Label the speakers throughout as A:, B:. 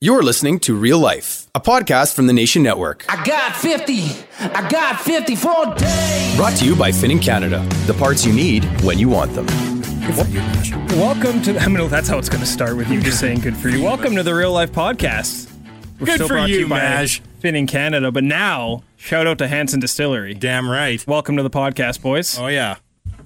A: You're listening to Real Life, a podcast from the Nation Network,
B: I got 50. I got 50 for a day.
A: brought to you by Finning Canada. The parts you need when you want them.
C: Welcome to. I mean, that's how it's going to start with you just saying "good for you." Welcome to the Real Life Podcast. We're
D: Good for
C: brought to
D: you, Maj.
C: by Finning Canada, but now shout out to Hanson Distillery.
D: Damn right.
C: Welcome to the podcast, boys.
D: Oh yeah.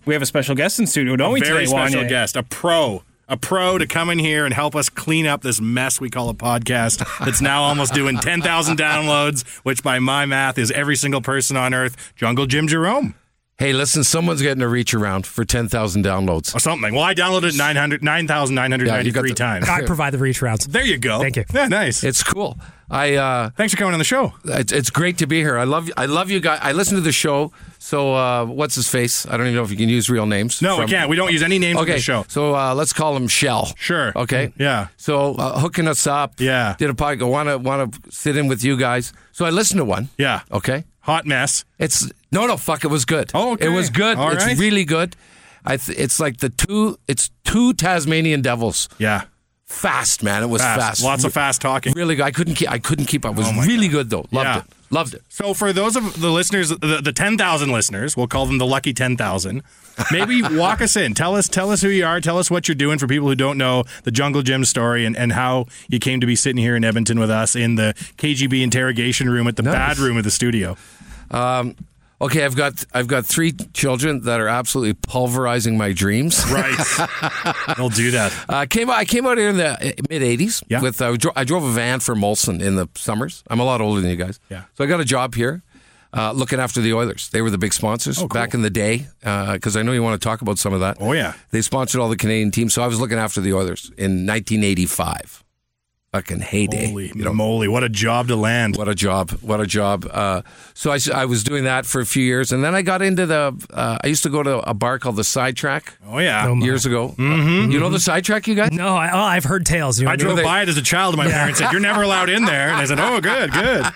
C: We have a special guest in studio, don't we? today,
D: Very special
C: Wanye?
D: guest, a pro, a pro to come in here and help us clean up this mess we call a podcast that's now almost doing 10,000 downloads, which by my math is every single person on earth, Jungle Jim Jerome
E: Hey, listen, someone's getting a reach around for 10,000 downloads.
D: or something. Well, I downloaded it 900 9,993
E: Yeah, you got
D: times.
F: I provide the reach routes.
D: There you go.
F: Thank you.
D: Yeah, nice.
E: It's cool. I uh
D: Thanks for coming on the show.
E: it's, it's great to be here. I love I love you guys. I listen to the show. So uh what's his face? I don't even know if you can use real names.
D: No, we
E: from-
D: can't. We don't use any names on
E: Okay.
D: the show.
E: So uh let's call him Shell.
D: Sure.
E: Okay.
D: Yeah.
E: So uh, hooking us up.
D: Yeah.
E: Did a podcast want to want to sit in with you guys. So I listened to one.
D: Yeah.
E: Okay.
D: Hot mess.
E: It's no, no, fuck. It was good.
D: Oh, okay.
E: it was good.
D: All
E: it's
D: right.
E: really good. I th- it's like the two. It's two Tasmanian devils.
D: Yeah.
E: Fast, man. It was
D: Fast.
E: fast.
D: Lots of fast talking. Oh
E: Really good. I couldn't keep. I couldn't keep up. It was
D: my
E: really good though. Loved
D: Yeah.
E: it. Loved it.
D: So for those of the listeners, the, the ten thousand listeners, we'll call them the lucky ten thousand. Maybe walk us in. Tell us, tell us who you are. Tell us what you're doing for people who don't know the Jungle Jim story and, and how you came to be sitting here in Edmonton with us in the KGB interrogation room at the
E: Nice.
D: bad room of the studio.
E: Okay, I've got I've got three children that are absolutely pulverizing my dreams.
D: Right, they'll do that.
E: Uh, came out, I came out here in the mid '80s.
D: Yeah.
E: With uh, dro- I drove a van for Molson in the summers. I'm a lot older than you guys.
D: Yeah.
E: So I got a job here, uh, looking after the Oilers. They were the big sponsors
D: Oh, cool.
E: back in the day. Because I know you want to talk about some of that.
D: Oh, yeah.
E: They sponsored all the Canadian teams, so I was looking after the Oilers in 1985. Fucking heyday.
D: Holy moly, what a job to land!
E: What a job! What a job! Uh, so I, s- I was doing that for a few years, and then I got into the. Uh, I used to go to a bar called the Sidetrack
D: Oh yeah,
F: No,
E: Uh, years ago. You know the Sidetrack, you guys?
F: Mm-hmm, No, I, oh, I've heard tales. You know
D: I
F: what I mean?
D: drove
E: they-
D: by it as a child. and My parents said, "You're never allowed in there," and I said, "Oh, good, good."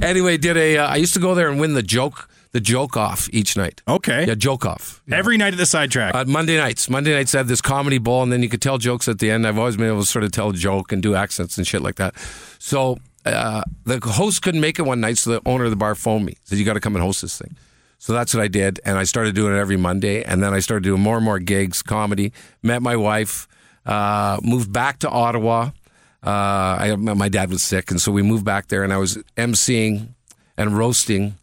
E: Anyway, did a. Uh, I used to go there and win the joke, the joke off each night.
D: Okay.
E: Yeah, joke off.
D: Every night at the sidetrack.
E: Uh, Monday nights. Monday nights they have this comedy bowl, and then you could tell jokes at the end. I've always been able to sort of tell a joke and do accents and shit like that. So uh, the host couldn't make it one night, so the owner of the bar phoned me. Said you got to come and host this thing. So that's what I did, and I started doing it every Monday, and then I started doing more and more gigs, comedy. Met my wife, uh, moved back to Ottawa. Uh, I, my dad was sick, and so we moved back there, and I was emceeing and roasting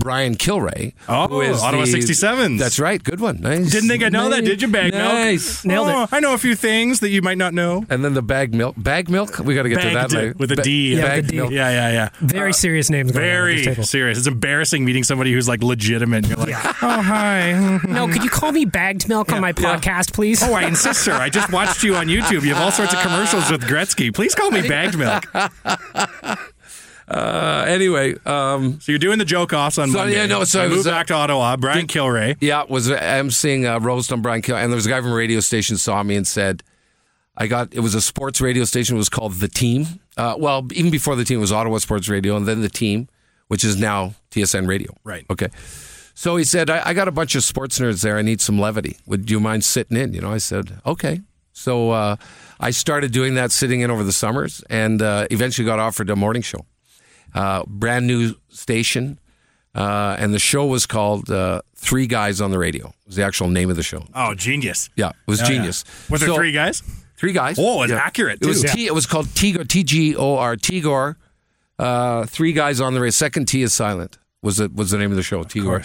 E: Brian Kilray.
D: Oh, Ottawa 67s.
E: That's right. Good one. Nice.
D: Didn't think I'd know that, did you, Bag Milk?
E: Nice.
D: Nailed it. Oh, I know a few things that you might not know.
E: And then the bag milk. Bag milk? We got to get to that
D: Bagged it
E: later.
D: with a
E: Ba-
D: D. Yeah, with
E: bag
D: a D.
E: milk.
D: Yeah, yeah, yeah. Uh,
F: Very serious names. Going on at this
D: Very
F: table.
D: serious. It's embarrassing meeting somebody who's like legitimate. And you're like,
F: Oh hi. no, could you call me bagged milk on my podcast, please?
D: oh, I insist, sir. I just watched you on YouTube. You have all sorts of commercials with Gretzky. Please call me bagged milk.
E: Uh, anyway, um,
D: so you're doing the joke offs on
E: So,
D: Monday.
E: yeah, no, so
D: I
E: it
D: moved
E: was, uh,
D: back to Ottawa. Brian Kilray.
E: Yeah, was I'm seeing uh, roast on Brian Kill, and there was a guy from a radio station saw me and said, "I got it was a sports radio station. It was called the Team. Uh, well, even before the Team it was Ottawa Sports Radio, and then the Team, which is now TSN Radio.
D: Right.
E: Okay. So he said, I, I got a bunch of sports nerds there. I need some levity. Would you mind sitting in? You know, I said, okay. So uh, I started doing that, sitting in over the summers, and uh, eventually got offered a morning show uh, brand new station, uh, and the show was called uh, Three Guys on the Radio. Was the actual name of the show?
D: Oh, genius.
E: Yeah, it was
D: Oh,
E: genius.
D: Were there
E: So-
D: three guys?
E: Three guys.
D: Oh, it's
E: Yeah.
D: accurate,
E: It was
D: too.
E: T. It was called Tigor. T G O R. Tigor. Uh, three guys on the radio. Second T is silent. Was it was the name of the show? Tigor.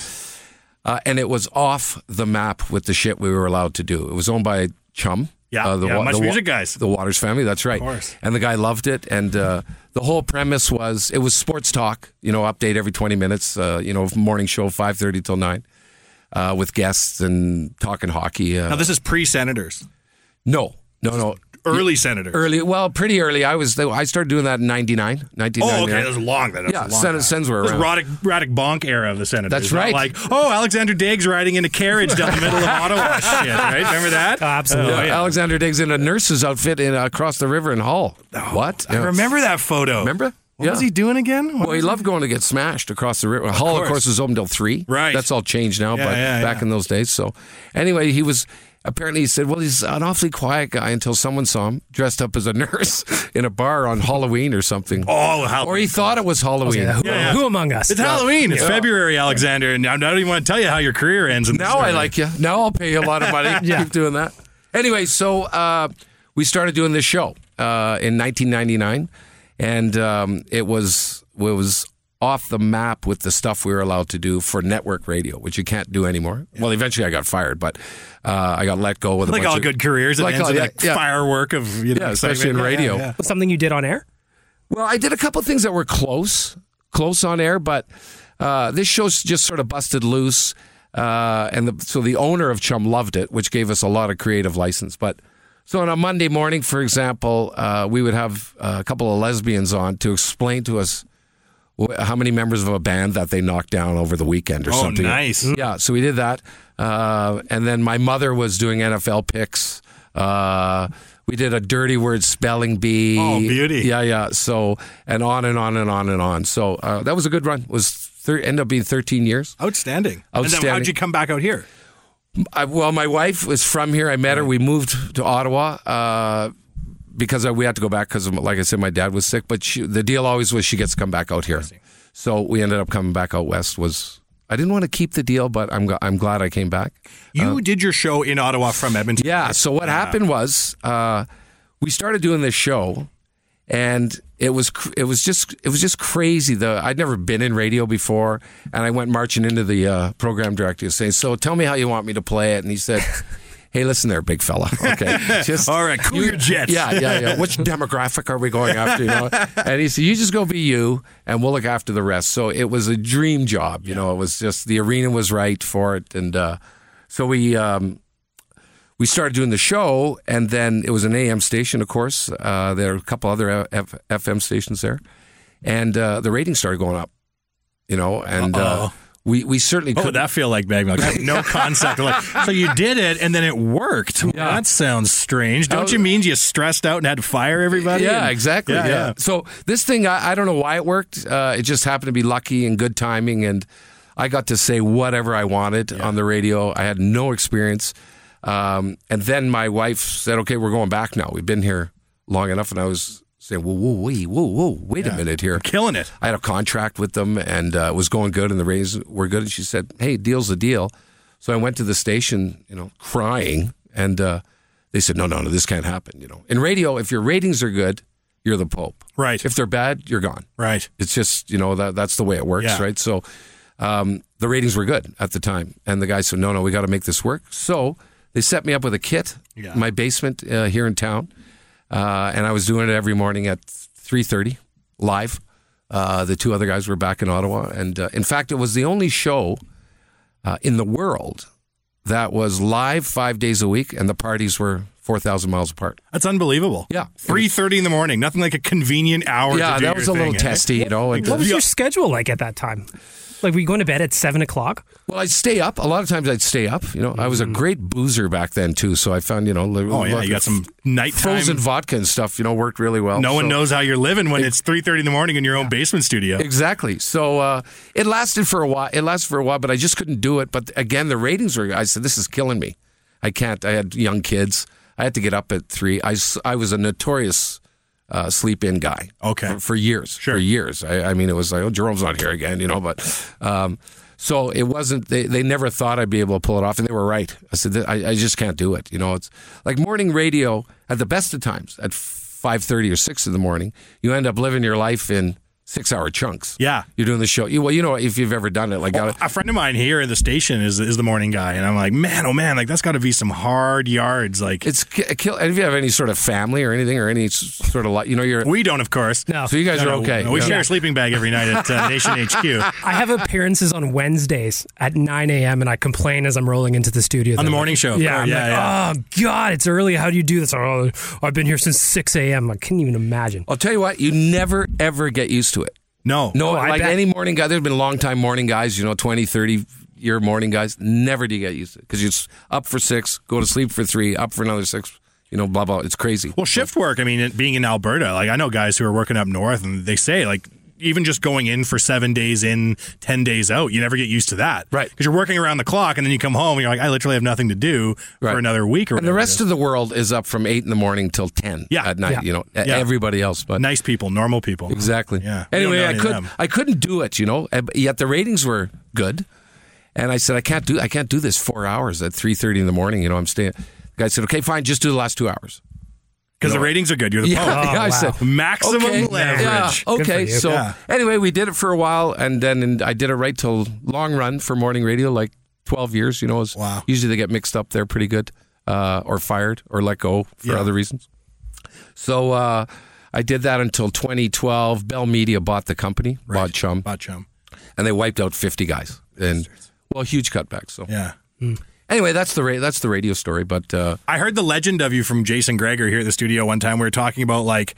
E: Uh, and it was off the map with the shit we were allowed to do. It was owned by Chum.
D: Yeah,
E: uh, the,
D: yeah,
E: Wa-
D: Much
E: the Wa-
D: Music guys.
E: the Waters family. That's right.
D: course.
E: And the guy loved it. And uh, the whole premise was it was sports talk. You know, update every twenty minutes. Uh, you know, morning show five thirty till nine. Uh, with guests and talking hockey. Uh,
D: Now, this is pre senators,
E: no, no, no.
D: early senators.
E: Early, well, pretty early. I was, I started doing that in '99,
D: Oh,
E: 1999.
D: okay. That was long. That
E: Yeah,
D: was long.
E: Sen- Sens were
D: This
E: around.
D: Roddick, Roddick Bonk era of the Senators.
E: That's
D: Not
E: right.
D: Like, oh, Alexander Diggs riding in a carriage down the middle of Ottawa. Shit, right? Remember that?
F: Absolutely.
E: Yeah,
D: yeah.
E: Alexander Diggs in a nurse's outfit in uh, across the river in Hull. what?
D: Oh, I
E: Yeah.
D: remember that photo.
E: Remember?
D: What was he doing again? What
E: Well, he
D: was-
E: loved going to get smashed across the river. Hull, of
D: course.
E: course, is open till three.
D: Right.
E: That's all changed now,
D: Yeah,
E: but
D: yeah,
E: back
D: yeah.
E: in those days. So, anyway, he was apparently he said, "Well, he's an awfully quiet guy." Until someone saw him dressed up as a nurse in a bar on Halloween or something,
D: Oh, how.
E: or he thought it was Halloween.
F: Who,
D: Yeah, yeah.
F: who among us?
D: it's Halloween.
E: Oh.
D: It's February, Alexander, and I don't even want to tell you how your career ends. In this
E: Now I
D: story.
E: like you. Now I'll pay you a lot of money. Keep doing that. Anyway, so uh, we started doing this show uh, in 1999, and um, it was it was off the map with the stuff we were allowed to do for network radio, which you can't do anymore. Well, eventually I got fired, but uh, I got let go with a
D: like
E: bunch
D: all
E: of-
D: good careers. It
E: Like
D: ends
E: all-
D: with
E: yeah,
D: that
E: yeah.
D: firework of you know,
E: Yeah, especially in
D: excitement. Yeah,
E: radio.
D: yeah, yeah.
F: Something you did on air?
E: Well, I did a couple things that were close, close on air, but uh, this show's just sort of busted loose. Uh, and the, so the owner of Chum loved it, which gave us a lot of creative license. But so on a Monday morning, for example, uh, we would have uh, a couple of lesbians on to explain to us wh- how many members of a band that they knocked down over the weekend or
D: Oh,
E: something. Mm-hmm.
D: nice.
E: Yeah, so we did that. Uh, and then my mother was doing NFL picks. Uh, we did a dirty word spelling bee.
D: Oh, beauty.
E: Yeah, yeah. So, and on and on and on and on. So uh, that was a good run. It was thir- ended up being 13 years.
D: Outstanding. And then how'd
E: Outstanding.
D: you come back out here?
E: I, well, my wife was from here. I met her. We moved to Ottawa uh, because I, we had to go back because, like I said, my dad was sick. But she, the deal always was she gets to come back out here. So we ended up coming back out west. Was I didn't want to keep the deal, but I'm g- I'm glad I came back.
D: You did your show in Ottawa from Edmonton.
E: Yeah. So what happened was uh, we started doing this show, and it was cr- it was just it was just crazy. The I'd never been in radio before, and I went marching into the uh, program director saying, "So tell me how you want me to play it," and he said. Hey, listen there, big fella. Okay, just
D: All right, cool your jets.
E: Yeah, yeah, yeah. Which demographic are we going after? You know? And he said, "You just go be you, and we'll look after the rest." So it was a dream job. You know, it was just the arena was right for it, and uh, so we um, we started doing the show, and then it was an AM station, of course. Uh, there are a couple other F- FM stations there, and uh, the ratings started going up. You know, and uh,
D: Uh-oh.
E: we we certainly
D: What
E: could.
D: would Oh, that feel like, Bagmilk? I have no concept. Like, so you did it, and then it worked. Well, That sounds strange. Don't you mean you stressed out and had to fire everybody?
E: yeah,
D: And-
E: exactly.
D: Yeah,
E: Yeah,
D: yeah.
E: So this thing, I, I don't know why it worked. Uh, it just happened to be lucky and good timing, and I got to say whatever I wanted on the radio. I had no experience, um, and then my wife said, "Okay, we're going back now. We've been here long enough." And I was saying, "Whoa, whoa, wait, whoa, whoa, wait a minute here."
D: Killing it.
E: I had a contract with them and uh, it was going good, and the ratings were good. And she said, "Hey, deal's a deal." So I went to the station, you know, crying, and uh, they said, "No, no, no, this can't happen." You know, in radio, if your ratings are good, you're the pope.
D: Right.
E: If they're bad, you're gone.
D: Right.
E: It's just you know that that's the way it works,
D: Yeah.
E: right? So um, the ratings were good at the time. And the guy said, no, no, we got to make this work. So they set me up with a kit,
D: Yeah.
E: my basement uh, here in town. Uh, and I was doing it every morning at 3.30 live. Uh, the two other guys were back in Ottawa. And uh, in fact, it was the only show uh, in the world that was live five days a week. And the parties were 4,000 miles apart.
D: That's unbelievable.
E: Yeah.
D: Three thirty in the morning. Nothing like a convenient hour.
E: Yeah,
D: to do
E: that
D: your
E: was a little
D: thing, eh?
E: testy, you know. and-
F: What was
E: Yeah.
F: your schedule like at that time? Like, were you going to bed at seven o'clock? Mm.
E: Well, I'd stay up. A lot of times I'd stay up. You know, I was a great boozer back then too. So I found, you know, li-
D: Oh, yeah,
E: lots
D: you got
E: of
D: some nighttime-
E: frozen vodka and stuff. You know, worked really well.
D: No one
E: So-
D: knows how you're living when it's three thirty in the morning in your own basement studio.
E: Exactly. So uh, it lasted for a while. It lasted for a while, but I just couldn't do it. But again, the ratings were. I said, "This is killing me. I can't." I had young kids. I had to get up at three. I, s- I was a notorious uh, sleep in guy. Okay. For, for years. Sure. For years. I, I mean, it was like, oh, Jerome's not here again, you know. But um, so it wasn't. They, they never thought I'd be able to pull it off, and they were right. I said, I, I just can't do it. You know, it's like morning radio at the best of times at five thirty or six in the morning. You end up living your life in six hour chunks.
D: Yeah.
E: You're doing the show. You, well, you know, if you've ever done it, like I-
D: A friend of mine here at the station is is the morning guy, and I'm like, man, oh man, like that's got to be some hard yards. Like
E: it's ki- kill. and If you have any sort of family or anything or any s- sort of, li- you know, you're
D: we don't, of course. No.
E: So you guys
D: No,
E: are
D: no,
E: okay.
D: no, we
E: Yeah.
D: share a sleeping bag every night at uh, Nation HQ.
F: I have appearances on Wednesdays at 9 a.m. and I complain as I'm rolling into the studio.
D: On the
F: They're
D: morning
F: like-
D: show, of
F: Yeah.
D: course.
F: I'm
D: Yeah,
F: like, Oh, God, it's early. How do you do this? Oh, I've been here since 6 a.m. I couldn't even imagine.
E: I'll tell you what, you never ever get used to it.
D: No.
E: No,
F: Oh, I
E: like
F: bet.
E: any morning guy, there's been long time morning guys, you know, 20, 30 year morning guys. Never do you get used to it because you're s- up for six, go to sleep for three, up for another six, you know, blah, blah. It's crazy.
D: Well, shift work. I mean, it- being in Alberta, like I know guys who are working up north, and they say like even just going in for seven days in, ten days out, you never get used to that, right? Because you're working around the clock, and then you come home, and you're like, I literally have nothing to do for another week. Or
E: And the rest of the world is up from eight in the morning till 10 yeah. at night,
D: Yeah.
E: you know, e-
D: Yeah.
E: everybody else. But
D: nice people, normal people.
E: Exactly.
D: Yeah. We don't
E: Anyway,
D: know
E: I
D: any of
E: could
D: them.
E: I couldn't do it, you know. and- Yet the ratings were good, and I said I can't do I can't do this four hours at three thirty in the morning. You know, I'm staying. The guy said, okay, fine, just do the last two hours.
D: Because the ratings are good. You're the
E: yeah,
D: pope.
E: yeah, I said
D: maximum
E: okay,
D: leverage.
E: yeah, okay, so
D: Oh, Yeah.
E: anyway, we did it for a while, and then and I did it right till long run for morning radio, like twelve years. You know, is wow. usually they get mixed up there pretty good, uh, or fired or let go for
D: Yeah.
E: other reasons. So uh, I did that until 2012. Bell Media bought the company, bought Chum, Mm.
D: bought Chum,
E: and they wiped out 50 guys, and well, huge cutback. So
D: yeah.
E: Anyway, that's the ra- that's the radio story, but. Uh,
D: I heard the legend of you from Jason Greger here at the studio one time. We were talking about like.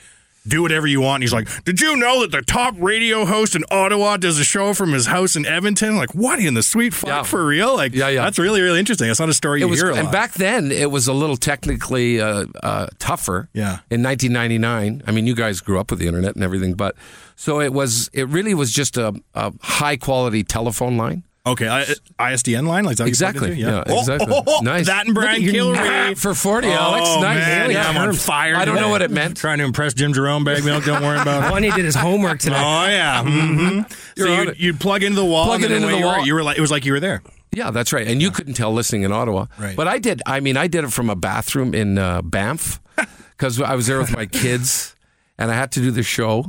D: Do whatever you want. And he's like, Did you know that the top radio host in Ottawa does a show from his house in Edmonton? Like, what in the sweet fuck for real? Like, yeah, yeah. that's really, really interesting. That's not a story
E: it
D: you
E: was,
D: hear a lot.
E: and back then it was a little technically uh, uh, tougher.
D: Yeah.
E: In 1999, I mean, you guys grew up with the internet and everything, but so it was. It really was just a, a high quality telephone line.
D: okay, I, ISDN line? Like, is that what you
E: Exactly.
D: plugged into?
E: Yeah.
D: Oh,
E: exactly.
D: oh, oh,
E: nice.
D: That and Brian
E: Look at your
D: Kilreed.
E: for 40,
D: oh,
E: Alex. Nice.
D: Man,
E: Yeah,
D: yeah, I'm on
E: terms.
D: fire.
E: I don't know
D: today.
E: what it meant.
D: Trying to impress Jim Jerome, bag milk. Don't worry about it.
F: Bunny did his homework today.
D: Oh yeah. hmm
E: You're
D: so
E: on
D: you'd,
E: it.
D: you'd plug into the wall.
E: Plug
D: and
E: it
D: then
E: into
D: when
E: the
D: you were-
E: wall.
D: You were like, it was like you were there.
E: Yeah, that's right. And you couldn't tell listening in Ottawa.
D: Right.
E: But I did. I mean, I did it from a bathroom in uh, Banff because I was there with my kids and I had to do the show.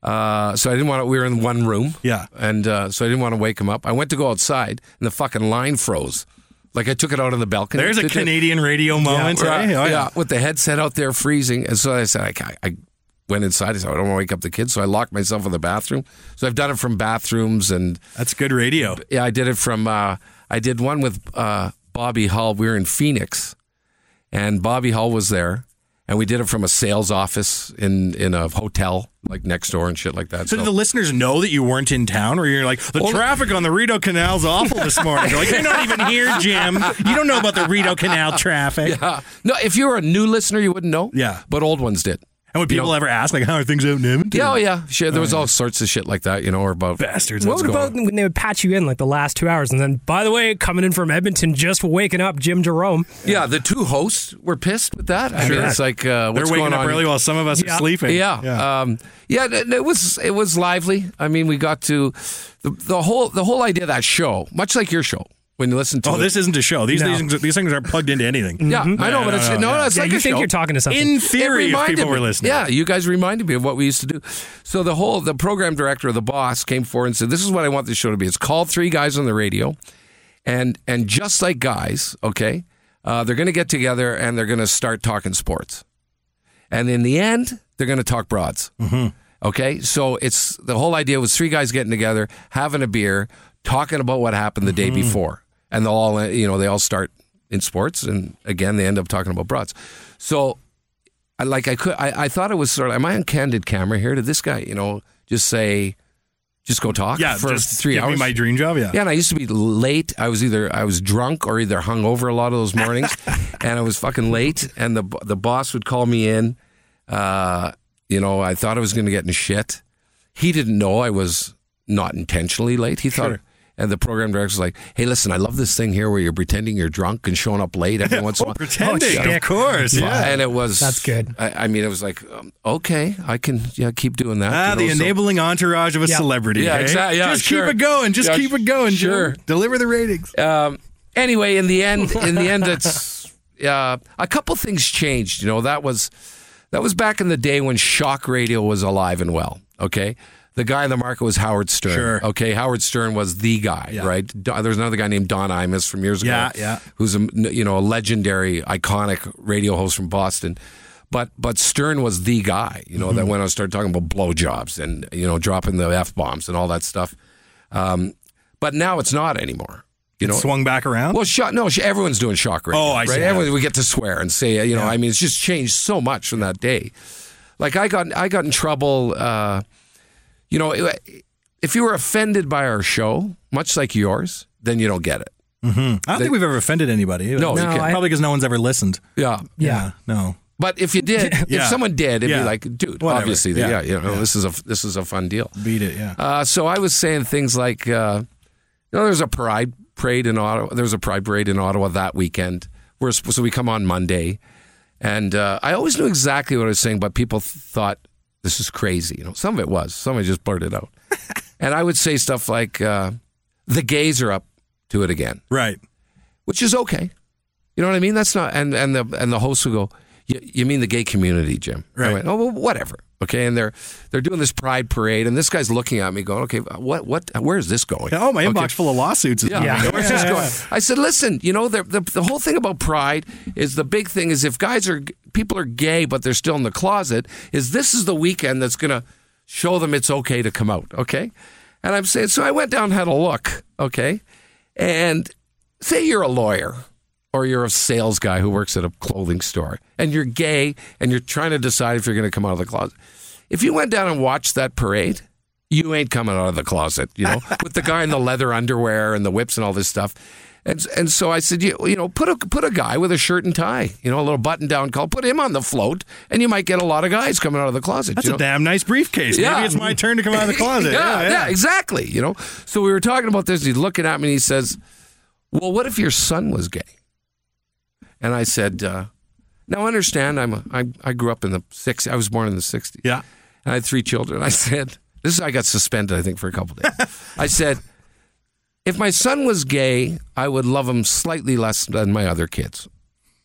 E: Uh, so I didn't want to, we were in one room.
D: Yeah.
E: And uh, so I didn't want to wake them up. I went to go outside and the fucking line froze. Like I took it out on the balcony.
D: There's a Canadian radio moment.
E: Yeah,
D: eh? Oh, yeah.
E: yeah, with the headset out there freezing. And so I said, I, can't- I went inside. I said, I don't want to wake up the kids. So I locked myself in the bathroom. So I've done it from bathrooms and
D: That's good radio.
E: yeah, I did it from. Uh, I did one with uh, Bobby Hull. We were in Phoenix, and Bobby Hull was there, and we did it from a sales office in in a hotel like next door and shit like that.
D: So did the listeners know that you weren't in town, or you're like the
E: Well-
D: traffic on the Rideau Canal's awful this morning? You're like you're not even here, Jim. You don't know about the Rideau Canal traffic.
E: Yeah. No, if you were a new listener, you wouldn't know.
D: Yeah.
E: But old ones did.
D: And would
E: You
D: people
E: know-
D: ever ask like, how are things out in Edmonton?
E: Yeah, oh, yeah. Sure, there was all sorts of shit like that, you know, or about
D: Bastards.
F: What
E: what's going
F: about
E: on.
F: when they would patch you in like the last two hours and then, by the way, coming in from Edmonton, just waking up Jim Jerome?
E: Yeah, the two hosts were pissed with that. I mean,
D: Sure.
E: it's like uh,
D: They're
E: what's
D: waking
E: going
D: up
E: on?
D: early while some of us are sleeping.
E: Yeah, yeah. Um, yeah it, it was it was lively. I mean, we got to the, the whole the whole idea of that show, much like your show, when you listen to
D: Oh,
E: it.
D: this isn't a show. These
E: No.
D: things these things aren't plugged into anything.
E: Mm-hmm. Yeah, I know, but it's no, no, it's like a show. In theory,
D: if
E: if
D: people were listening.
E: Yeah, you guys reminded me of what we used to do. So the whole the program director, the boss, came forward and said, "This is what I want this show to be. It's called Three Guys on the Radio, and and just like guys, okay, uh, they're going to get together and they're going to start talking sports, and in the end, they're going to talk broads."
G: Mm-hmm.
E: Okay, so it's the whole idea was three guys getting together, having a beer, talking about what happened the
D: Mm-hmm.
E: day before, and they'll all you know they all start in sports, and again they end up talking about broads. So, I like I could I, I thought it was sort of am I on candid camera here? Did this guy you know just say just go talk
D: Yeah,
E: for
D: just
E: three
D: give me
E: hours?
D: my dream job, yeah.
E: yeah. And I used to be late. I was either I was drunk or either hungover a lot of those mornings, and I was fucking late. And the the boss would call me in. Uh, you know, I thought I was going to get in shit. He didn't know I was not intentionally late. He thought.
D: Sure.
E: And the program director was like, "Hey, listen, I love this thing here where you're pretending you're drunk and showing up late every once in a while."
D: pretending, Oh, of dick. course, yeah.
E: And it was
D: That's
E: good. I, I mean, it was like, um, okay, I can yeah keep doing that.
D: Ah,
E: you
D: the
E: know, so-
D: enabling entourage of a celebrity.
E: yeah,
D: hey?
E: exactly. Yeah,
D: just
E: sure.
D: keep it going. Just
E: Yeah,
D: keep it going. Jim.
E: Sure.
D: Deliver the ratings.
E: Um, anyway, in the end, in the end, it's uh, a couple things changed. You know, that was that was back in the day when shock radio was alive and well. Okay. The guy in the market was Howard Stern.
D: Sure.
E: Okay, Howard Stern was the guy, right? Do- There's another guy named Don Imus from years ago.
D: Yeah, yeah.
E: Who's a you know a legendary, iconic radio host from Boston, but but Stern was the guy. You know that
D: Mhm.
E: when I started talking about blowjobs and you know dropping the f bombs and all that stuff. Um, but now it's not anymore. You
D: It
E: know,
D: swung back around?
E: Well, shock, no, sh- everyone's doing shock radio.
D: Oh, I see.
E: Right? Everyone, we get to swear and say, you know, I mean, it's just changed so much from that day. Like I got, I got in trouble. Uh, you know, it- if you were offended by our show, much like yours, then you don't get it.
D: Mm-hmm. I don't
E: They-
D: think we've ever offended anybody.
E: No, you No, can't. I-
D: probably because no one's ever listened.
E: Yeah.
D: Yeah. No.
E: But if you did, if
D: Yeah.
E: someone did, it'd
D: Yeah.
E: be like, dude,
D: Whatever.
E: obviously,
D: Yeah.
E: yeah, you know, this is a this is a fun deal.
D: Beat it. Yeah.
E: Uh, so I was saying things like, uh, you know, there's a pride parade in Ottawa. There's a pride parade in Ottawa that weekend. We're supposed, so we come on Monday, and uh, I always knew exactly what I was saying, but people th- thought this is crazy. You know, some of it was, some I just blurted out, and I would say stuff like, uh, "The gays are up to it again,"
D: right?
E: Which is okay. You know what I mean? That's not and and the and the hosts would go, "You you mean the gay community, Jim?" Right. I went, "Oh, well, whatever." Okay, and they're they're doing this pride parade, and this guy's looking at me, going, "Okay, uh, what what? Where is this going?"
D: Oh, my
E: Okay.
D: inbox full of lawsuits. is
E: Yeah.
D: coming.
E: Where's this going? I said, listen, you know, the, the, the whole thing about pride is the big thing is if guys are, people are gay, but they're still in the closet, is this is the weekend that's going to show them it's okay to come out, okay? And I'm saying, so I went down, and had a look, okay? And say you're a lawyer or you're a sales guy who works at a clothing store and you're gay and you're trying to decide if you're going to come out of the closet. If you went down and watched that parade, you ain't coming out of the closet, you know, with the guy in the leather underwear and the whips and all this stuff. And, and so I said, you, you know, put a, put a guy with a shirt and tie, you know, a little button down call, put him on the float, and you might get a lot of guys coming out of the closet.
D: That's
E: you
D: a
E: know?
D: damn nice briefcase.
E: Yeah.
D: Maybe it's my turn to come out of the closet.
E: yeah, yeah, exactly. You know, so we were talking about this. He's looking at me and he says, "Well, what if your son was gay?" And I said, uh, "Now understand, I'm a, I, I grew up in the six. I was born in the '60s.
D: Yeah,
E: and I had three children. I said, this is I got suspended, I think, for a couple days. I said." If my son was gay, I would love him slightly less than my other kids.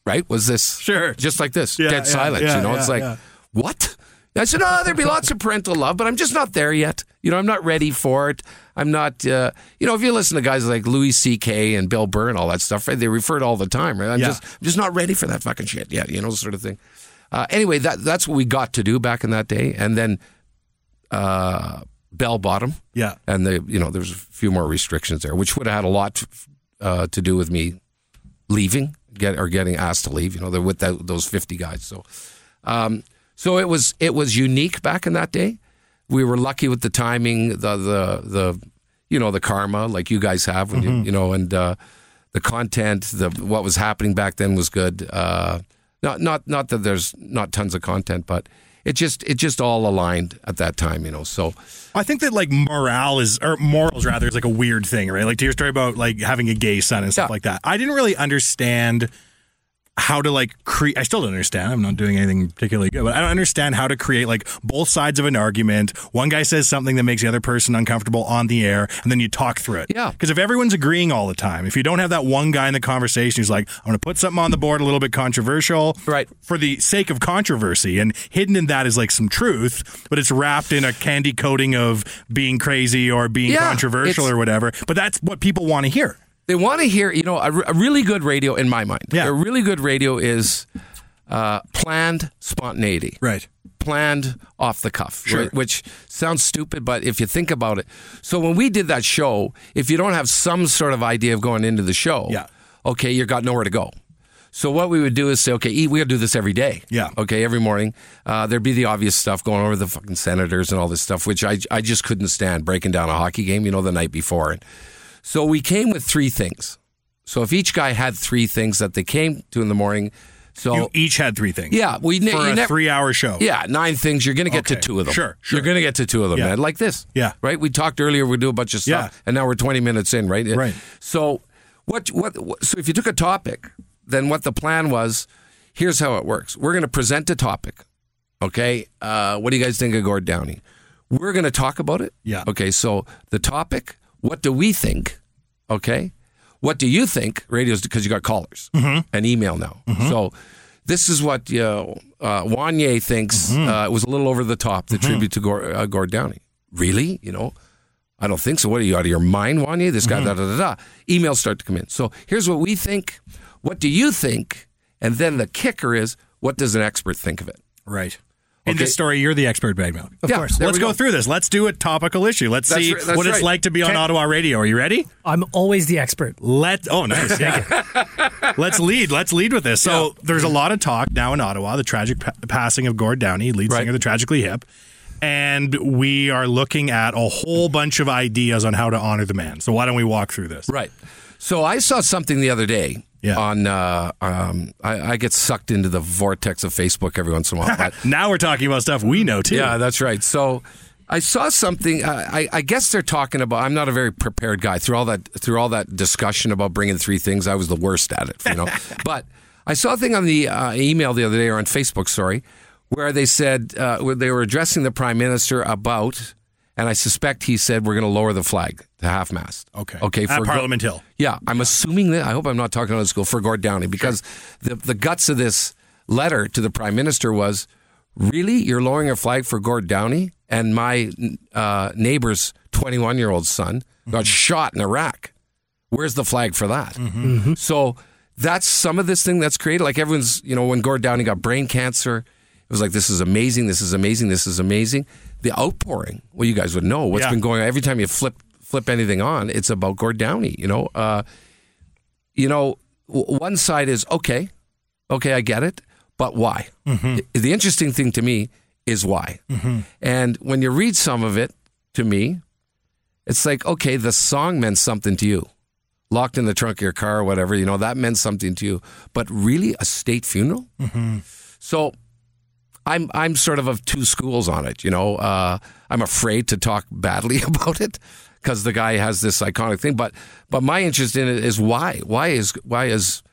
E: Right? Was this sure? Just like this,
D: Yeah,
E: dead
D: yeah,
E: silence.
D: yeah,
E: you know,
D: yeah,
E: it's like
D: yeah.
E: what? I said, oh, there'd be lots of parental love, but I'm just not there yet. You know, I'm not ready for it. I'm not, uh, you know, if you listen to guys like Louis C.K. and Bill Burr and all that stuff, right, they refer to all the time, right? I'm,
D: Yeah.
E: just, I'm just not ready for that fucking shit yet, you know, sort of thing. Uh, anyway, that that's what we got to do back in that day. And then uh, bell bottom.
D: Yeah.
E: And the you know there's a few more restrictions there, which would have had a lot to, uh, to do with me leaving, get or getting asked to leave. You know, they're with that, those 50 guys. So, um, so it was it was unique back in that day. We were lucky with the timing, the the the you know the karma like you guys have when you,
D: Mhm.
E: you know and uh, the content, the what was happening back then was good. Uh, not not not that there's not tons of content, but it just it just all aligned at that time, you know. So.
D: I think that like morale is or morals rather is like a weird thing, right? Like to your story about like having a gay son and stuff like that. I didn't really understand how to like create. I still don't understand. I'm not doing anything particularly good, but I don't understand how to create like both sides of an argument. One guy says something that makes the other person uncomfortable on the air, and then you talk through it. Yeah. Because if everyone's agreeing all the time, if you don't have that one guy in the conversation who's like, I'm going to put something on the board a little bit controversial, right? For the sake of controversy, and hidden in that is like some truth, but it's wrapped in a candy coating of being crazy or being
E: Yeah,
D: controversial
E: it's-
D: or whatever. But that's what people want to hear.
E: They want to hear, you know, a, re- a really good radio in my mind. Yeah. A really good radio is uh, planned spontaneity.
D: Right.
E: Planned off the cuff,
D: Sure.
E: whi- which sounds stupid, but if you think about it. So when we did that show, if you don't have some sort of idea of going into the show, yeah. okay, you've got nowhere to go. So what we would do is say, okay, E, we got to do this every day. Yeah. Okay, every morning. Uh, there'd be the obvious stuff going over the fucking Senators and all this stuff, which I, I just couldn't stand breaking down a hockey game, you know, the night before. And so we came with three things. So if each guy had three things that they came to in the morning, so
D: You each had three things.
E: Yeah, we ne-
D: for
E: you
D: a
E: never-
D: three-hour show.
E: yeah, nine things. You're going to get
D: Okay,
E: to two of them.
D: sure,
E: You're going to get to two of them,
D: Yeah.
E: man. Like this.
D: Yeah.
E: Right? We talked earlier, we do a bunch of stuff, and now we're 20 minutes in, right? Right. So, what, what, what, so if you took a topic, then what the plan was here's how it works we're going to present a topic. Okay. Uh, what do you guys think of Gord Downey? We're going to talk about it. Yeah. Okay. So, the topic, what do we think? Okay. What do you think? Radios, because you got callers
D: Mhm.
E: and email now. So this is what you know, uh, Wanye thinks uh, it was a little over the top, the tribute to Gord, uh, Gord Downey. Really? You know, I don't think so. What are you out of your mind, Wanye? This guy, da, da, da, da. Emails start to come in. So here's what we think. What do you think? And then the kicker is, what does an expert think of it?
D: Right. In
E: Okay.
D: this story, you're the expert, Bagman.
E: Of Yeah, course. there
D: Let's
E: we
D: go.
E: go.
D: through this. Let's do a topical issue. Let's
E: That's
D: see
E: ri- that's
D: what it's
E: right.
D: like to be on
E: Okay.
D: Ottawa radio. Are you ready?
F: I'm always the expert.
D: Let oh nice. Yeah. Let's lead. Let's lead with this. So there's a lot of talk now in Ottawa. The tragic pa- passing of Gord Downey, lead singer of the Tragically Hip, and we are looking at a whole bunch of ideas on how to honor the man. So why don't we walk through this?
E: Right. So I saw something the other day. On, uh, um, I, I get sucked into the vortex of Facebook every once in a while. but-
D: Now we're talking about stuff we know too.
E: Yeah, that's right. So I saw something. Uh, I, I guess they're talking about. I'm not a very prepared guy through all that through all that discussion about bringing three things. I was the worst at it, you know. but I saw a thing on the uh, email the other day or on Facebook, sorry, where they said uh, where they were addressing the prime minister about, and I suspect he said we're going to lower the flag to half mast. Okay. Okay.
D: At
E: Go-
D: Parliament Hill.
E: yeah, I'm assuming that. I hope I'm not talking out of school for Gord Downey because the the guts of this letter to the prime minister was really you're lowering a flag for Gord Downey and my uh, neighbor's 21 year old son got shot in Iraq. Where's the flag for that? So that's some of this thing that's created. Like everyone's, you know, when Gord Downey got brain cancer, it was like this is amazing, this is amazing, this is amazing. The outpouring, well, you guys would know what's
D: Yeah.
E: been going on. Every time you flip flip anything on, it's about Gord Downey. You know, uh, you know, w- one side is okay, okay, I get it, but why? I- The interesting thing to me is why. And when you read some of it to me, it's like, okay, the song meant something to you. Locked in the trunk of your car or whatever, you know, that meant something to you. But really, a state funeral? So I'm I'm sort of of two schools on it. You know, uh, I'm afraid to talk badly about it because the guy has this iconic thing. But but my interest in it is why why is why is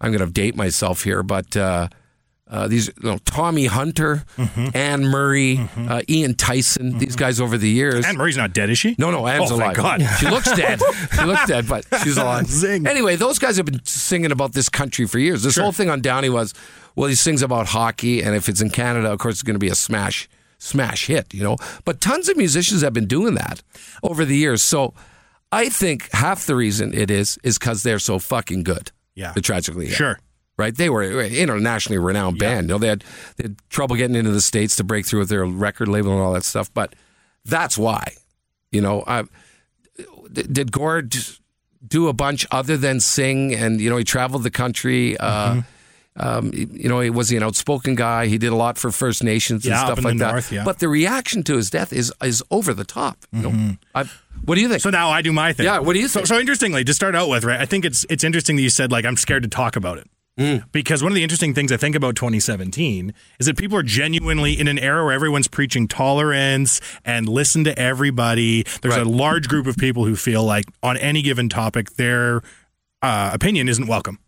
E: I'm going to date myself here, but. Uh, uh, these you know, Tommy Hunter, Anne Murray, uh, Ian Tyson, these guys over the years. Anne
D: Murray's not dead, is she?
E: No, no, Anne's
D: Oh,
E: alive.
D: thank God.
E: She looks dead. she looks dead, but she's alive.
D: Zing.
E: Anyway, those guys have been singing about this country for years. This whole thing on Downey was, well, he sings about hockey, and if it's in Canada, of course, it's going to be a smash, smash hit, you know. But tons of musicians have been doing that over the years. So I think half the reason it is is because they're so fucking good.
D: Yeah.
E: The tragically. Hip.
D: Sure.
E: Right, they were an internationally renowned band. You know, they had, they had trouble getting into the states to break through with their record label and all that stuff. But that's why, you know, I, D- did Gord do a bunch other than sing? And you know, he traveled the country. Uh,
D: Mm-hmm.
E: um, you know, he was he an outspoken guy. He did a lot for First Nations and
D: Yeah,
E: stuff
D: up in
E: like
D: the
E: that.
D: north, yeah.
E: But the reaction to his death is is over the top. You know? I, what do you think?
D: Mm-hmm. So now I do my thing.
E: Yeah, what do you
D: So,
E: think?
D: so interestingly, to start out with, right? I think it's it's interesting that you said like I'm scared to talk about it.
E: Mm.
D: Because one of the interesting things I think about 2017 is that people are genuinely in an era where everyone's preaching tolerance and listen to everybody. There's a large group of people who feel like on any given topic their uh, opinion isn't welcome.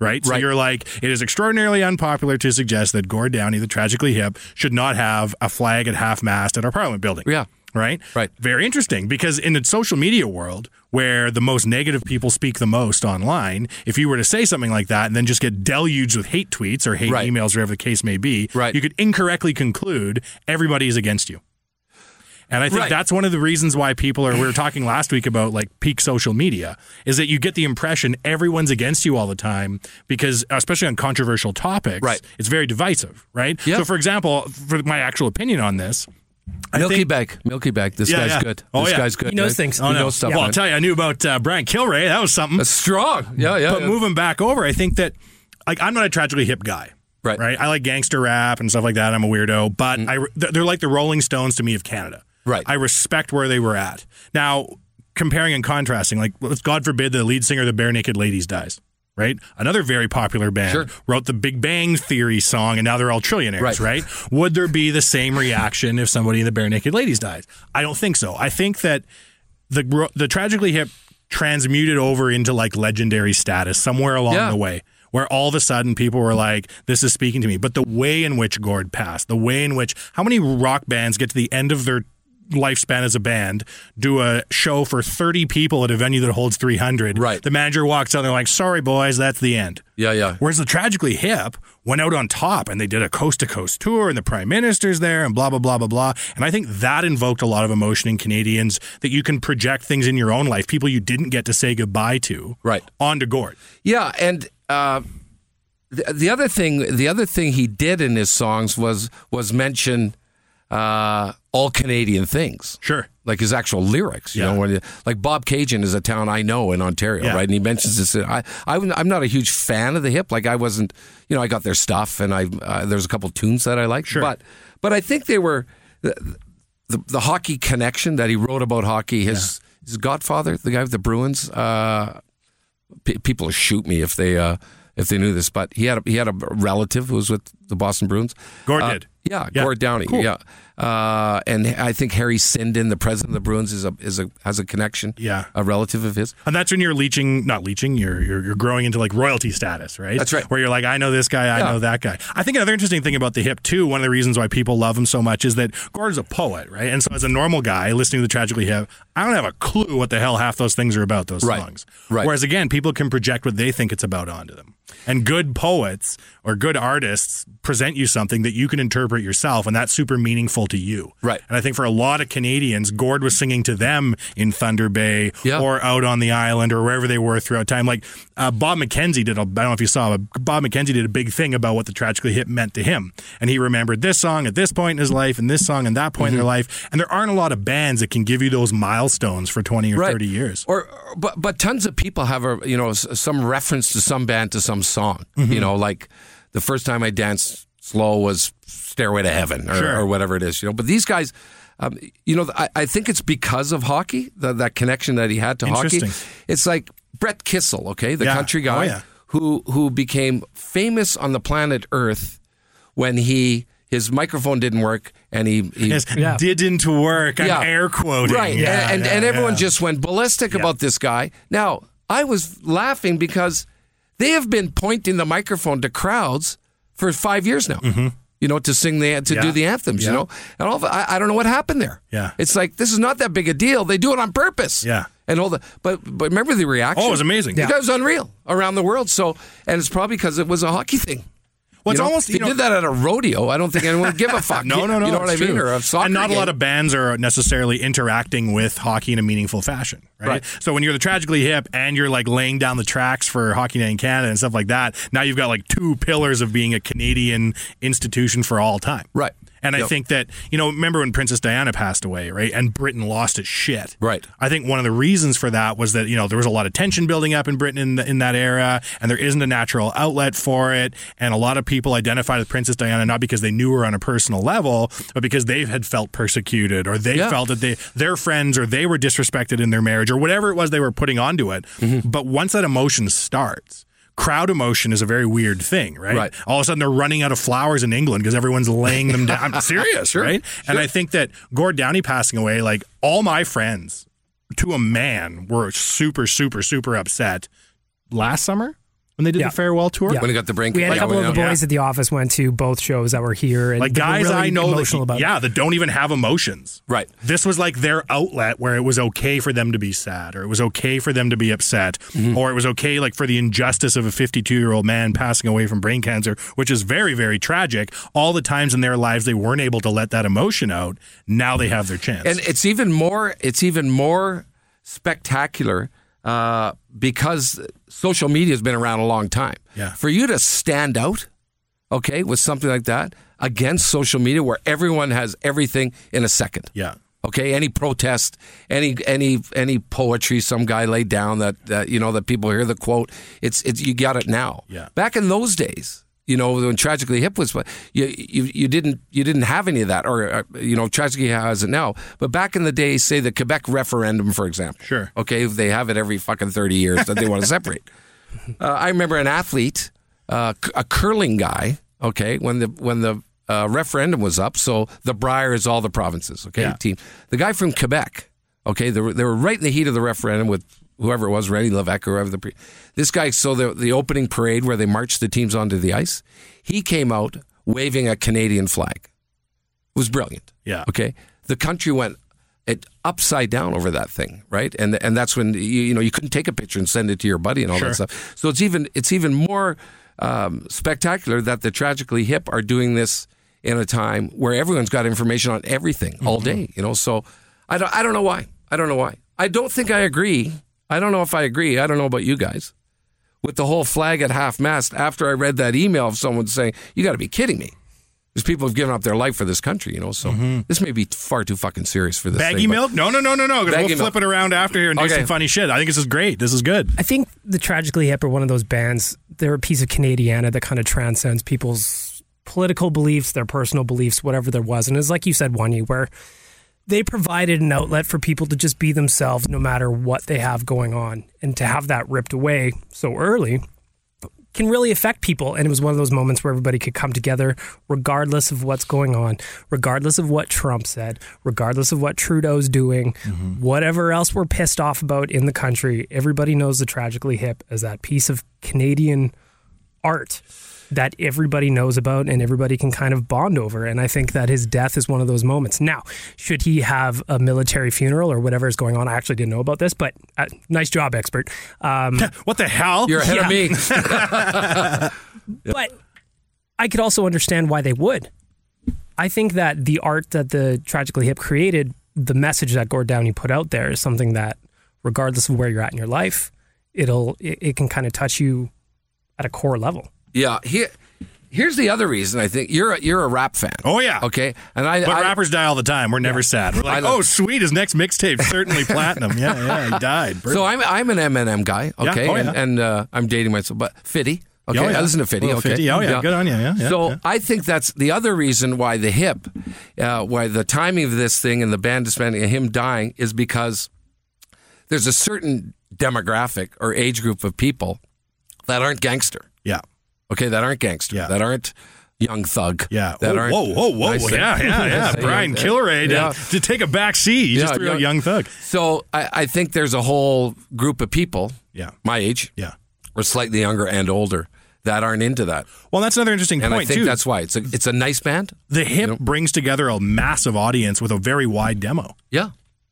D: Right? So you're like, it is extraordinarily unpopular to suggest that Gord Downey, the tragically hip, should not have a flag at half mast at our parliament building.
E: Yeah.
D: Right? Right. Very interesting because in the social media world where the most negative people speak the most online, if you were to say something like that and then just get deluged with hate tweets or hate emails, whatever the case may be, right. you could incorrectly conclude everybody is against you. And I think
E: Right.
D: that's one of the reasons why people are. We were talking last week about like peak social media, is that you get the impression everyone's against you all the time because, especially on controversial topics, right. it's very divisive, right? So, for example, for my actual opinion on this, I
E: Milky
D: think-
E: Bag, Milky Bag. This
D: Yeah,
E: guy's
D: yeah.
E: good.
D: Oh,
E: this
D: yeah.
E: guy's good. right?
D: Oh,
E: He
D: no.
E: knows stuff.
D: Well, I'll
E: man.
D: tell you, I knew about uh, Brian Kilray. That was something. That's
E: strong. Yeah, yeah.
D: But
E: yeah.
D: moving back over, I think that like I'm not a tragically hip guy. Right. Right. I like gangster rap and stuff like that. I'm a weirdo, but
E: Mm.
D: I re- they're they're like the Rolling Stones to me of Canada. Right. I respect where they were at. Now, comparing and contrasting, like let's God forbid the lead singer of the Bare Naked Ladies dies. Right, another very popular band
E: Sure.
D: wrote the Big Bang Theory song, and now they're all trillionaires.
E: Right.
D: Right. Would there be the same reaction if somebody in the Bare Naked Ladies dies? I don't think so. I think that the the tragically hip transmuted over into like legendary status somewhere along
E: Yeah.
D: the way where all of a sudden people were like this is speaking to me but the way in which gord passed the way in which how many rock bands get to the end of their lifespan as a band do a show for 30 people at a venue that holds 300 right the manager walks out and they're like sorry boys that's the end
E: Yeah, yeah.
D: Whereas the Tragically Hip went out on top and they did a coast to coast tour and the prime minister's there and blah, blah, blah, blah, blah. And I think that invoked a lot of emotion in Canadians that you can project things in your own life, people you didn't get to say goodbye to, right. onto Gord.
E: Yeah, and uh, the, the other thing, the other thing he did in his songs was was mention uh, all Canadian things.
D: Sure,
E: like his actual lyrics. You know, when you- like Bob Cajun is a town I know in Ontario,
D: Yeah.
E: right? And he mentions this. uh, I, I I'm not a huge fan of the hip. Like I wasn't, you know, I got their stuff, and I uh, there's a couple tunes that I liked, sure. but but I think they were the, the hockey connection that he wrote about hockey. His his godfather, the guy with the Bruins. Uh, pe people will shoot me if they uh, if they knew this, but he had a, he had a relative who was with the Boston Bruins.
D: Gord
E: Uh,
D: did.
E: yeah,
D: Yeah,
E: Gord Downey.
D: cool.
E: Yeah, uh, and I think Harry Sinden, the president of the Bruins, is a is a has a connection.
D: Yeah.
E: a relative of his.
D: And that's when you're leeching, not leeching, you're, you're, you're growing into like royalty status, right?
E: That's right.
D: Where you're like, I know this guy, I
E: Yeah.
D: know that guy. I think another interesting thing about the hip, too, one of the reasons why people love him so much is that Gord's a poet, right? And so as a normal guy listening to the Tragically Hip, I don't have a clue what the hell half those things are about, those
E: Right.
D: songs.
E: Right.
D: Whereas again, people can project what they think it's about onto them. And good poets or good artists present you something that you can interpret yourself, and that's super meaningful to you. Right. And I think for a lot of Canadians, Gord was singing to them in Thunder Bay or out on the island or wherever they were throughout time. Like uh, Bob McKenzie did, a, I don't know if you saw, but Bob McKenzie did a big thing about what the Tragically Hip meant to him. And he remembered this song at this point in his life and this song at that point in their
E: Mm-hmm.
D: life. And there aren't a lot of bands that can give you those milestones for 20 or
E: Right.
D: 30 years.
E: Or, or- but but tons of people have a you know s- some reference to some band to some song.
D: Mm-hmm.
E: You know, like the first time I danced slow was Stairway to Heaven or,
D: Sure.
E: or whatever it is. You know, but these guys. Um, you know, I, I think it's because of hockey, the, that connection that he had to hockey.
D: Interesting.
E: It's like Brett Kissel, okay, the
D: Yeah.
E: country
D: Oh,
E: guy
D: yeah.
E: who who became famous on the planet Earth when he his microphone didn't work and he, he
D: Yes, didn't work. I'm air quoting.
E: Right.
D: Yeah,
E: and and,
D: yeah,
E: and everyone
D: yeah.
E: just went ballistic about this guy. Now, I was laughing because they have been pointing the microphone to crowds for five years now. You know, to sing the to
D: Mm-hmm. Yeah.
E: do the anthems.
D: Yeah.
E: You know, and all of, I, I don't know what happened there.
D: Yeah.
E: it's like this is not that big a deal. They do it on purpose.
D: Yeah.
E: and all the but but remember the reaction?
D: Oh, it was amazing.
E: That
D: Yeah.
E: was unreal around the world. So and it's probably because it was a hockey thing.
D: Well, it's
E: know?
D: almost-
E: If
D: you
E: you
D: know-
E: did that at a rodeo. I don't think anyone would give a fuck.
D: No,
E: You-
D: no, no.
E: You know what I
D: it's
E: mean?
D: true.
E: Or a soccer
D: and not a lot
E: game.
D: of bands are necessarily interacting with hockey in a meaningful fashion, right?
E: Right.
D: So when you're the tragically hip and you're like laying down the tracks for Hockey Night in Canada and stuff like that, now you've got like two pillars of being a Canadian institution for all time,
E: right?
D: And I
E: Yep.
D: think that you know, remember when Princess Diana passed away, right? And Britain lost its shit,
E: Right.
D: I think one of the reasons for that was that you know there was a lot of tension building up in Britain in, the, in that era, and there isn't a natural outlet for it. And a lot of people identified with Princess Diana not because they knew her on a personal level, but because they had felt persecuted or they
E: Yeah.
D: felt that they their friends or they were disrespected in their marriage or whatever it was they were putting onto it.
E: Mm-hmm.
D: But once that emotion starts. Crowd emotion is a very weird thing, right?
E: Right.
D: All of a sudden, they're running out of flowers in England because everyone's laying them down. I'm serious,
E: Sure,
D: right? And I think that Gord Downey passing away, like all my friends to a man were super, super, super upset last summer when they did
F: Yeah.
D: the farewell tour?
F: Yeah. we had a couple of the boys at the office went to both shows that were here, and
D: like
F: they were
D: guys
F: really
D: I know
F: emotional
D: that,
F: about. it.
D: yeah that don't even have emotions.
E: Right.
D: This was like their outlet where it was okay for them to be sad or it was okay for them to be upset or it was okay like for the injustice of a 52-year-old man passing away from brain cancer, which is very very tragic. All the times in their lives they weren't able to let that emotion out. Now they have their chance.
E: And it's even more it's even more spectacular uh, because social media has been around a long time.
D: Yeah.
E: For you to stand out, okay, with something like that against social media, where everyone has everything in a second.
D: Yeah.
E: Okay. Any protest, any any any poetry some guy laid down that, that you know that people hear the quote. It's it's you got it now.
D: Yeah.
E: Back in those days, you know, when Tragically Hip was, you you, you didn't you didn't have any of that, or uh, you know, Tragically Hip has it now. But back in the day, say the Quebec referendum, for example.
D: Sure.
E: Okay, they have it every fucking thirty years that they want to separate. Uh, I remember an athlete, uh, c- a curling guy. Okay, when the when the uh, referendum was up, so the Briar is all the provinces. Okay,
D: Yeah.
E: team. The guy from Quebec. Okay, they were, they were right in the heat of the referendum with whoever it was, Rennie Levesque or whoever. The pre- this guy. So the the opening parade where they marched the teams onto the ice, he came out waving a Canadian flag. It was brilliant.
D: Yeah.
E: Okay. The country went it upside down over that thing, right? And and that's when you, you know you couldn't take a picture and send it to your buddy and all
D: Sure.
E: that stuff. So it's even it's even more um, spectacular that the tragically hip are doing this in a time where everyone's got information on everything
D: Mm-hmm.
E: all day. You know, so I don't I don't know why I don't know why I don't think I agree. I don't know if I agree. I don't know about you guys with the whole flag at half mast after I read that email of someone saying, You got to be kidding me. These people have given up their life for this country, you know. So this may be far too fucking serious for this.
D: Mm-hmm. Baggy
E: thing, but-
D: milk? No, no, no, no, no. 'cause
E: Baggy
D: We'll flip
E: milk.
D: it around after here and do
E: Okay.
D: some funny shit. I think this is great. This is good.
F: I think the Tragically Hip are one of those bands. They're a piece of Canadiana that kind of transcends people's political beliefs, their personal beliefs, whatever there was. And it's like you said, Wanye, where they provided an outlet for people to just be themselves no matter what they have going on. And to have that ripped away so early can really affect people. And it was one of those moments where everybody could come together, regardless of what's going on, regardless of what Trump said, regardless of what Trudeau's doing, whatever else we're pissed off about in the country. Everybody knows the Tragically Hip as that piece of Canadian art that everybody knows about and everybody can kind of bond over. And I think that his death is one of those moments. Now, should he have a military funeral or whatever is going on? I actually didn't know about this, but uh, nice job, expert. Um,
D: What the hell?
E: You're ahead
F: Yeah.
E: of me.
F: But I could also understand why they would. I think that the art that the Tragically Hip created, the message that Gord Downey put out there is something that, regardless of where you're at in your life, it'll it, it can kind of touch you at a core level.
E: Yeah. Here, here's the other reason I think you're a, you're a rap fan.
D: Oh yeah.
E: Okay. And I,
D: But
E: I-
D: rappers die all the time. We're never sad. We're
E: I
D: like,
E: know.
D: oh, sweet, his next mixtape certainly platinum. Yeah, yeah, he died.
E: so I'm I'm an Eminem guy.
D: Yeah.
E: Okay.
D: Oh, yeah. Oh,
E: And, and uh, I'm dating myself, but Fitty. Okay.
D: yeah.
E: I listen to Fitty.
D: Little
E: Okay.
D: 50. Oh, yeah. Good on you. Yeah, yeah,
E: so
D: yeah.
E: I think that's the other reason why the hip, uh, why the timing of this thing and the band disbanding and him dying is because there's a certain demographic or age group of people that aren't gangster.
D: yeah.
E: Okay, that aren't gangster.
D: Yeah.
E: That aren't young thug.
D: Yeah.
E: That
D: oh,
E: aren't.
D: whoa, whoa, whoa.
E: I said-
D: yeah, yeah, yeah.
E: I said-
D: Brian Kilrain
E: Yeah.
D: uh, to take a back seat. He just
E: Yeah,
D: threw out
E: yeah.
D: Young Thug.
E: So I, I think there's a whole group of people,
D: Yeah.
E: my age,
D: Yeah.
E: or slightly younger and older, that aren't into that.
D: Well, that's another interesting
E: And
D: point
E: I think
D: too.
E: that's why it's a it's a nice band.
D: the hip brings together a massive audience with a very wide demo.
E: Yeah.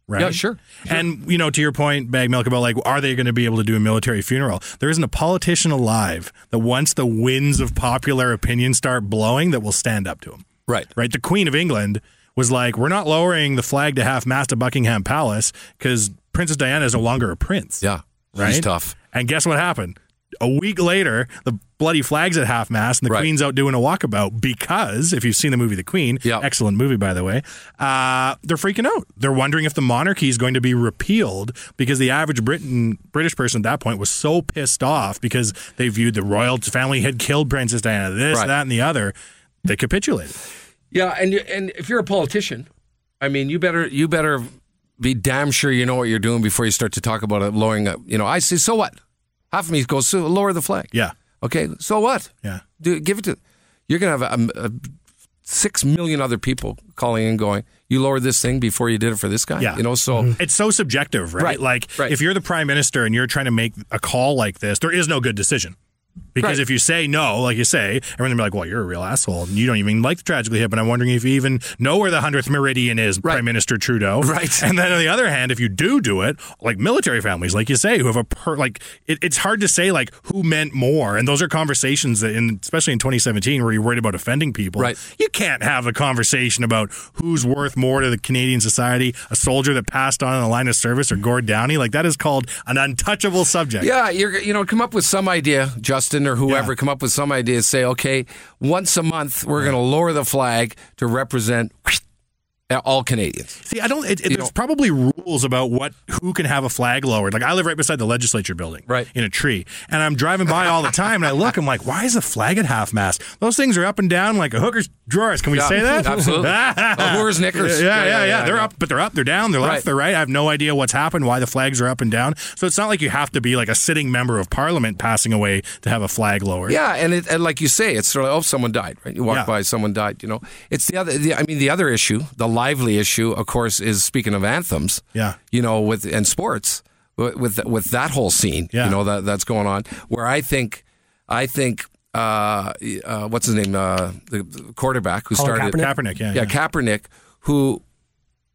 D: Right.
E: Yeah. Sure.
D: And you know, to your point, Bag Milk about like, are they going to be able to do a military funeral? There isn't a politician alive that once the winds of popular opinion start blowing, that will stand up to him.
E: Right.
D: right? The Queen of England was like, we're not lowering the flag to half mast at Buckingham Palace because Princess Diana is no longer a prince.
E: Yeah.
D: Right?
E: She's tough.
D: And guess what happened? A week later, the bloody flag's at half mast and the
E: Right.
D: Queen's out doing a walkabout because, if you've seen the movie The Queen,
E: Yeah.
D: excellent movie, by the way, uh, they're freaking out. They're wondering if the monarchy is going to be repealed because the average Britain, British person at that point was so pissed off because they viewed the royal family had killed Princess Diana, this,
E: Right.
D: that, and the other. They capitulated.
E: Yeah, and you, and if you're a politician, I mean, you better you better be damn sure you know what you're doing before you start to talk about it lowering up. You know, I say, so what? Half of me goes, so lower the flag.
D: Yeah.
E: Okay, so what?
D: Yeah.
E: Do, give it to. You're gonna have um uh six million other people calling and going. You lowered this thing before you did it for this guy.
D: Yeah. Mm-hmm.
E: You know, so
D: It's so subjective, right?
E: Right,
D: Like
E: right.
D: if you're the prime minister and you're trying to make a call like this, there is no good decision. Because if you say no, like you say, everyone's gonna be like, "Well, you're a real asshole. and You don't even like the tragically hip." And I'm wondering if you even know where the hundredth meridian is, Prime Minister Trudeau.
E: Right.
D: And then on the other hand, if you do do it, like military families, like you say, who have a per, like, it, it's hard to say like who meant more. And those are conversations that, in, especially in 2017, where you're worried about offending people. Right. You can't have a conversation about who's worth more to the Canadian society, a soldier that passed on in the line of service, or Gord Downey. Like that is called an untouchable subject.
E: Yeah, you're you know come up with some idea, Justin or whoever, come up with some idea. Say okay, once a month we're going to lower the flag to represent all Canadians.
D: See, I don't. It, it-
E: You
D: there's
E: know-
D: probably rules about what who can have a flag lowered. Like I live right beside the legislature building, right in a tree, and I'm driving by all the time, and I look. I'm like, why is the flag at half mast? Those things are up and down like a hooker's drawers. Can we
E: Yeah,
D: say that?
E: absolutely. A whore's knickers.
D: Yeah, yeah, yeah. they're
E: yeah.
D: up, but they're up. They're down. They're left.
E: Right.
D: They're right. I have no idea what's happened. Why the flags are up and down. So it's not like you have to be like a sitting member of parliament passing away to have a flag lowered.
E: Yeah, and it, and like you say, it's sort of oh someone died, right? You walk
D: Yeah.
E: by, someone died. You know, it's the other. The, I mean, the other issue, the lively issue, of course, is speaking of anthems.
D: Yeah.
E: you know, with and sports with with, with that whole scene.
D: Yeah.
E: you know that that's going on. Where I think, I think. Uh, uh, what's his name? Uh, the- the quarterback who
D: Colin
E: started
D: Kaepernick? Kaepernick, yeah,
E: yeah,
D: yeah.
E: Kaepernick, who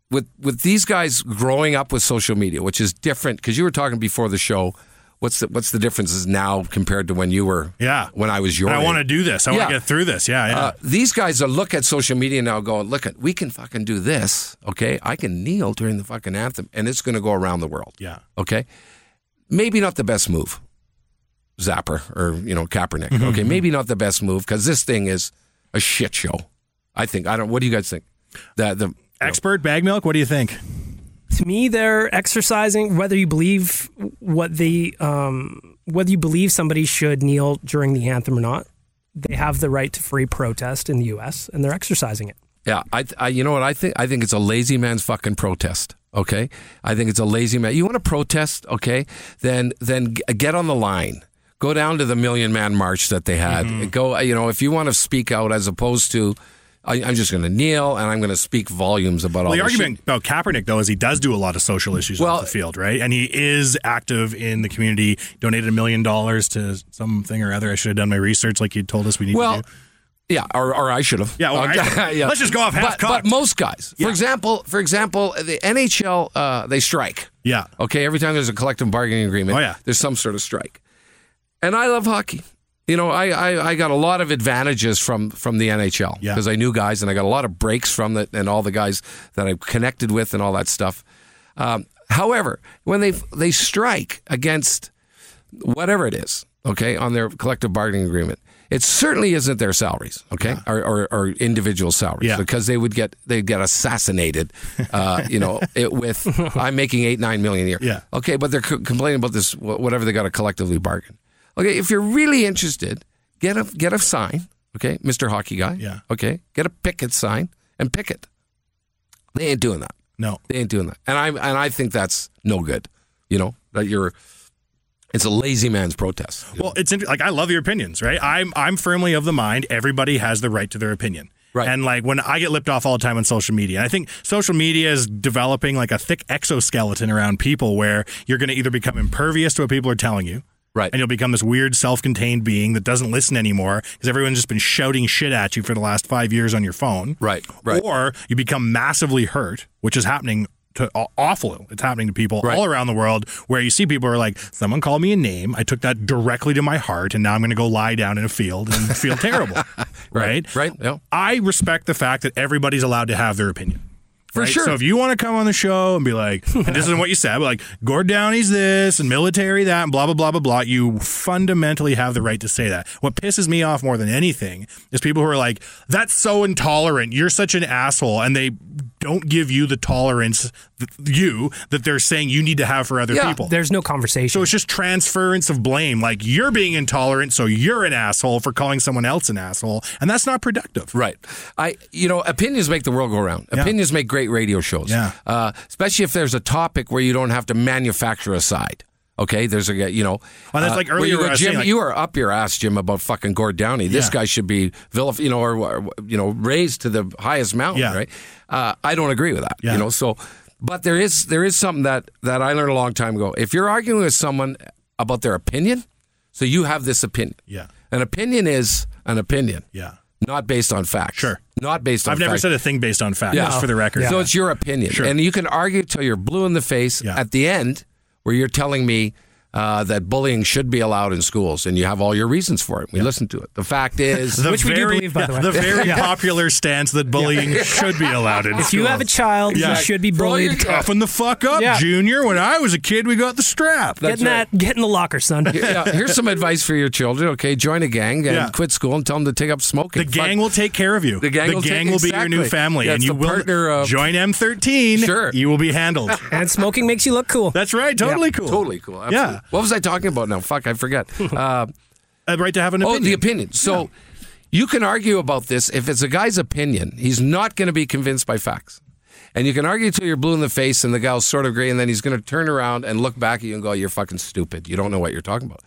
E: with with these guys growing up with social media, which is different because you were talking before the show. What's the what's the differences now compared to when you were
D: Yeah.
E: when I was your
D: And I
E: age?
D: want to do this. I want to
E: Yeah.
D: get through this. Yeah, yeah.
E: Uh, these guys are look at social media now, going, look at we can fucking do this. Okay, I can kneel during the fucking anthem, and it's going to go around the world.
D: Yeah.
E: Okay, maybe not the best move, Zapper or you know Kaepernick.
F: Mm-hmm,
E: Okay, maybe not the best move because this thing is a shit show. I think I don't. What do you guys think? That the
D: Expert bag milk. What do you think?
F: to me they're exercising whether you believe what the um, whether you believe somebody should kneel during the anthem or not they have the right to free protest in the us and they're exercising it
E: Yeah, I, I, you know what I think? I think it's a lazy man's fucking protest. Okay, I think it's a lazy man. You want to protest? Okay, then then g- get on the line. Go down to the million man march that they had.
D: Mm-hmm.
E: Go, uh, you know, if you want to speak out, as opposed to, I, I'm just going to kneel and I'm going to speak volumes about all
D: Well, the
E: this shit.
D: argument about Kaepernick though is he does do a lot of social issues off the field, right? And he is active in the community. Donated a million dollars to something or other. I should have done my research, like you told us we need
E: Well,
D: to do.
E: yeah, or, or I should have.
D: Yeah, well, I should've. Let's just go off
E: But-
D: half-cocked.
E: But most guys, for example, for example, the NHL uh, they strike.
D: Yeah.
E: Okay, every time there's a collective bargaining agreement,
D: Oh, yeah.
E: there's some sort of strike. And I love hockey. You know, I, I, I got a lot of advantages from from the NHL
D: Yeah.
E: because I knew guys and I got a lot of breaks from it and all the guys that I connected with and all that stuff. Um, however, when they they strike against whatever it is, okay, on their collective bargaining agreement. It certainly isn't their salaries, okay, or, or, or individual salaries,
D: Yeah.
E: because they would get they'd get assassinated, uh, you know, it, with I'm making eight nine million a year,
D: Yeah.
E: okay, but they're co- complaining about this wh- whatever they got to collectively bargain, okay. If you're really interested, get a get a sign, okay, Mister Hockey Guy,
D: Yeah.
E: okay, get a picket sign and picket. They ain't doing that.
D: No.
E: They ain't doing that. And I and I think that's no good. You know that you're. It's a lazy man's protest.
D: Well, it's inter- like I love your opinions, right? I'm I'm firmly of the mind everybody has the right to their opinion. Right. And like when I get lipped off all the time on social media, and I think social media is developing like a thick exoskeleton around people where you're going to either become impervious to what people are telling you,
E: right?
D: And you'll become this weird self-contained being that doesn't listen anymore because everyone's just been shouting shit at you for the last five years on your phone,
E: right? Right.
D: Or you become massively hurt, which is happening to aw- awful. It's happening to people all around the world where you see people are like, someone called me a name. I took that directly to my heart, and now I'm going to go lie down in a field and feel terrible. right.
E: Right. Yeah.
D: I respect the fact that everybody's allowed to have their opinion.
E: For sure.
D: So if you want to come on the show and be like, and this isn't what you said, but like, Gord Downey's this and military that and blah, blah, blah, blah, blah, you fundamentally have the right to say that. What pisses me off more than anything is people who are like, that's so intolerant. You're such an asshole. And they don't give you the tolerance, th- you, that they're saying you need to have for other people.
F: there's no conversation
D: So it's just transference of blame. Like you're being intolerant, so you're an asshole for calling someone else an asshole. And that's not productive.
E: Right. I you know opinions make the world go round. Opinions make great radio shows.
D: Yeah.
E: Uh, especially if there's a topic where you don't have to manufacture a side. Okay. There's a you know. uh,
D: Well, that's like
E: where you
D: earlier
E: go,
D: I was
E: Jim,
D: saying, like-
E: you are up your ass, Jim, about fucking Gord Downey. This
D: Yeah.
E: guy should be vilif- you know, or, or, you know, raised to the highest mountain.
D: Yeah.
E: Right. Uh, I don't agree with that.
D: Yeah.
E: You know. So, but there is there is something that that I learned a long time ago. If you're arguing with someone about their opinion, So you have this opinion.
D: Yeah.
E: An opinion is an opinion.
D: Yeah.
E: Not based on fact. Sure. Not based on
D: I've never
E: fact.
D: said a thing based on facts, for the record.
E: So it's your opinion.
D: Sure.
E: And you can argue till you're blue in the face at the end where you're telling me uh, that bullying should be allowed in schools and you have all your reasons for it. We listen to it. The fact is,
D: The very- yeah, the very
E: Yeah.
D: popular stance that bullying
E: Yeah.
D: should be allowed in
E: If you have a child, you should be
D: Bro, you're
E: bullied.
D: Toughen the fuck up,
E: Yeah.
D: Junior. When I was a kid, we got the strap.
E: That's Getting right.
F: that, get in the locker, son.
E: Yeah, here's some advice for your children. Okay, join a gang and
D: Yeah.
E: quit school and tell them to take up smoking.
D: The gang will take care of you.
E: The gang will, take-
D: be your new
E: exactly.
D: family,
E: Yeah,
D: and
E: it's
D: you
E: the
D: will
E: partner of-
D: join M13. Sure, you will be handled.
F: and smoking makes you look cool.
D: That's right. Totally cool.
E: Totally cool.
D: Yeah.
E: Yeah. What was I talking about now? Fuck, I forget. Uh,
D: right to have an
E: opinion. Oh, the opinion. So you can argue about this. If it's a guy's opinion, he's not going to be convinced by facts. And you can argue till you're blue in the face and the guy'll sort of agree, and then he's going to turn around and look back at you and go, You're fucking stupid. You don't know what you're talking about.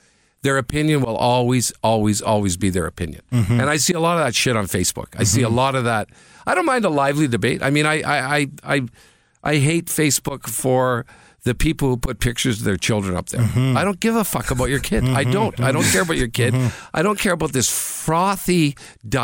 E: Their opinion will always, always, always be their opinion.
F: Mm-hmm.
D: Mhm.
E: And I see a lot of that shit on Facebook. I see a lot of that. I don't mind a lively debate. I mean, I, I, I, I, I hate Facebook for the people who put pictures of their children up there.
D: Mhm.
E: I don't give a fuck about your kid. I don't. I don't care about your kid. I don't care about this frothy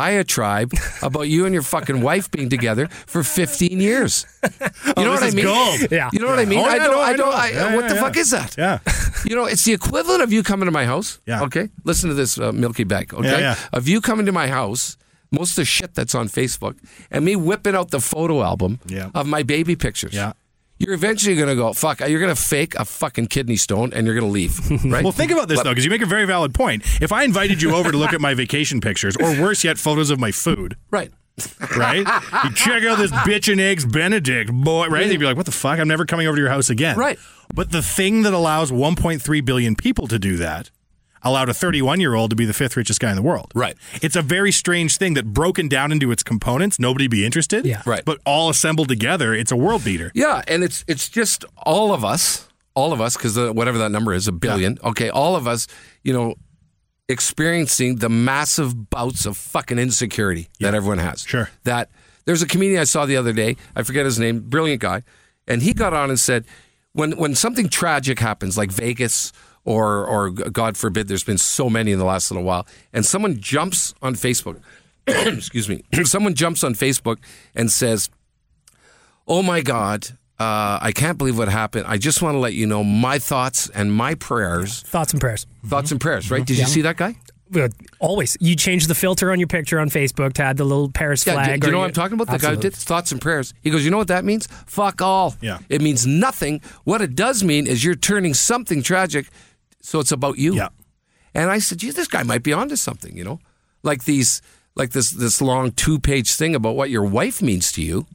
E: diatribe about you and your fucking wife being together for 15 years. You know
D: Oh, this
E: what I
D: is
E: mean?
D: gold. Yeah.
E: You know what I
D: Yeah.
E: mean?
D: Oh,
E: I
D: yeah,
E: don't.
D: no,
E: I
D: I
E: don't.
D: know.
E: I,
D: Yeah,
E: what the
D: yeah,
E: fuck
D: yeah.
E: is that?
D: Yeah.
E: You know, it's the equivalent of you coming to my house. Yeah. Okay. Listen to this uh, milky bag. Okay.
D: Yeah, yeah.
E: Of you coming to my house. Most of the shit that's on Facebook and me whipping out the photo album
D: Yeah.
E: of my baby pictures.
D: Yeah.
E: You're eventually going to go, fuck, you're going to fake a fucking kidney stone and you're going to leave. Right?
D: Well, think about this
E: But-
D: though, because you make a very valid point. If I invited you over to look at my vacation pictures, or worse yet, photos of my food,
E: Right.
D: right? You check out this bitch and eggs Benedict boy, right? They'd be like, "What the fuck? I'm never coming over to your house again."
E: Right.
D: But the thing that allows 1.3 billion people to do that allowed a 31 year old to be the fifth richest guy in the world.
E: Right.
D: It's a very strange thing that broken down into its components, nobody be interested. Yeah.
E: Right.
D: But all assembled together, it's a world beater.
E: Yeah, and it's it's just all of us, all of us, because whatever that number is, a billion. Okay, all of us, you know, experiencing the massive bouts of fucking insecurity that everyone has. Sure. That there's a comedian I saw the other day. I forget his name. Brilliant guy, and he got on and said, when when something tragic happens, like Vegas. Or, or God forbid, there's been so many in the last little while, and someone jumps on Facebook. excuse me. someone jumps on Facebook and says, Oh my God. Uh, I can't believe what happened. I just want to let you know my thoughts and my prayers.
F: Thoughts and prayers.
E: Thoughts and prayers, right? Did you
F: Yeah.
E: see that guy?
F: Well, Always. You change the filter on your picture on Facebook to add the little Paris
E: Yeah, do-
F: flag.
E: do you
F: or
E: know what I'm talking about? The guy who
F: Absolutely.
E: did thoughts and prayers. He goes, You know what that means? Fuck all. Yeah. It means nothing. What it does mean is you're turning something tragic, so it's about you. Yeah. And I said, Gee, this guy might be onto something, you know? Like these like this this long two page thing about what your wife means to you,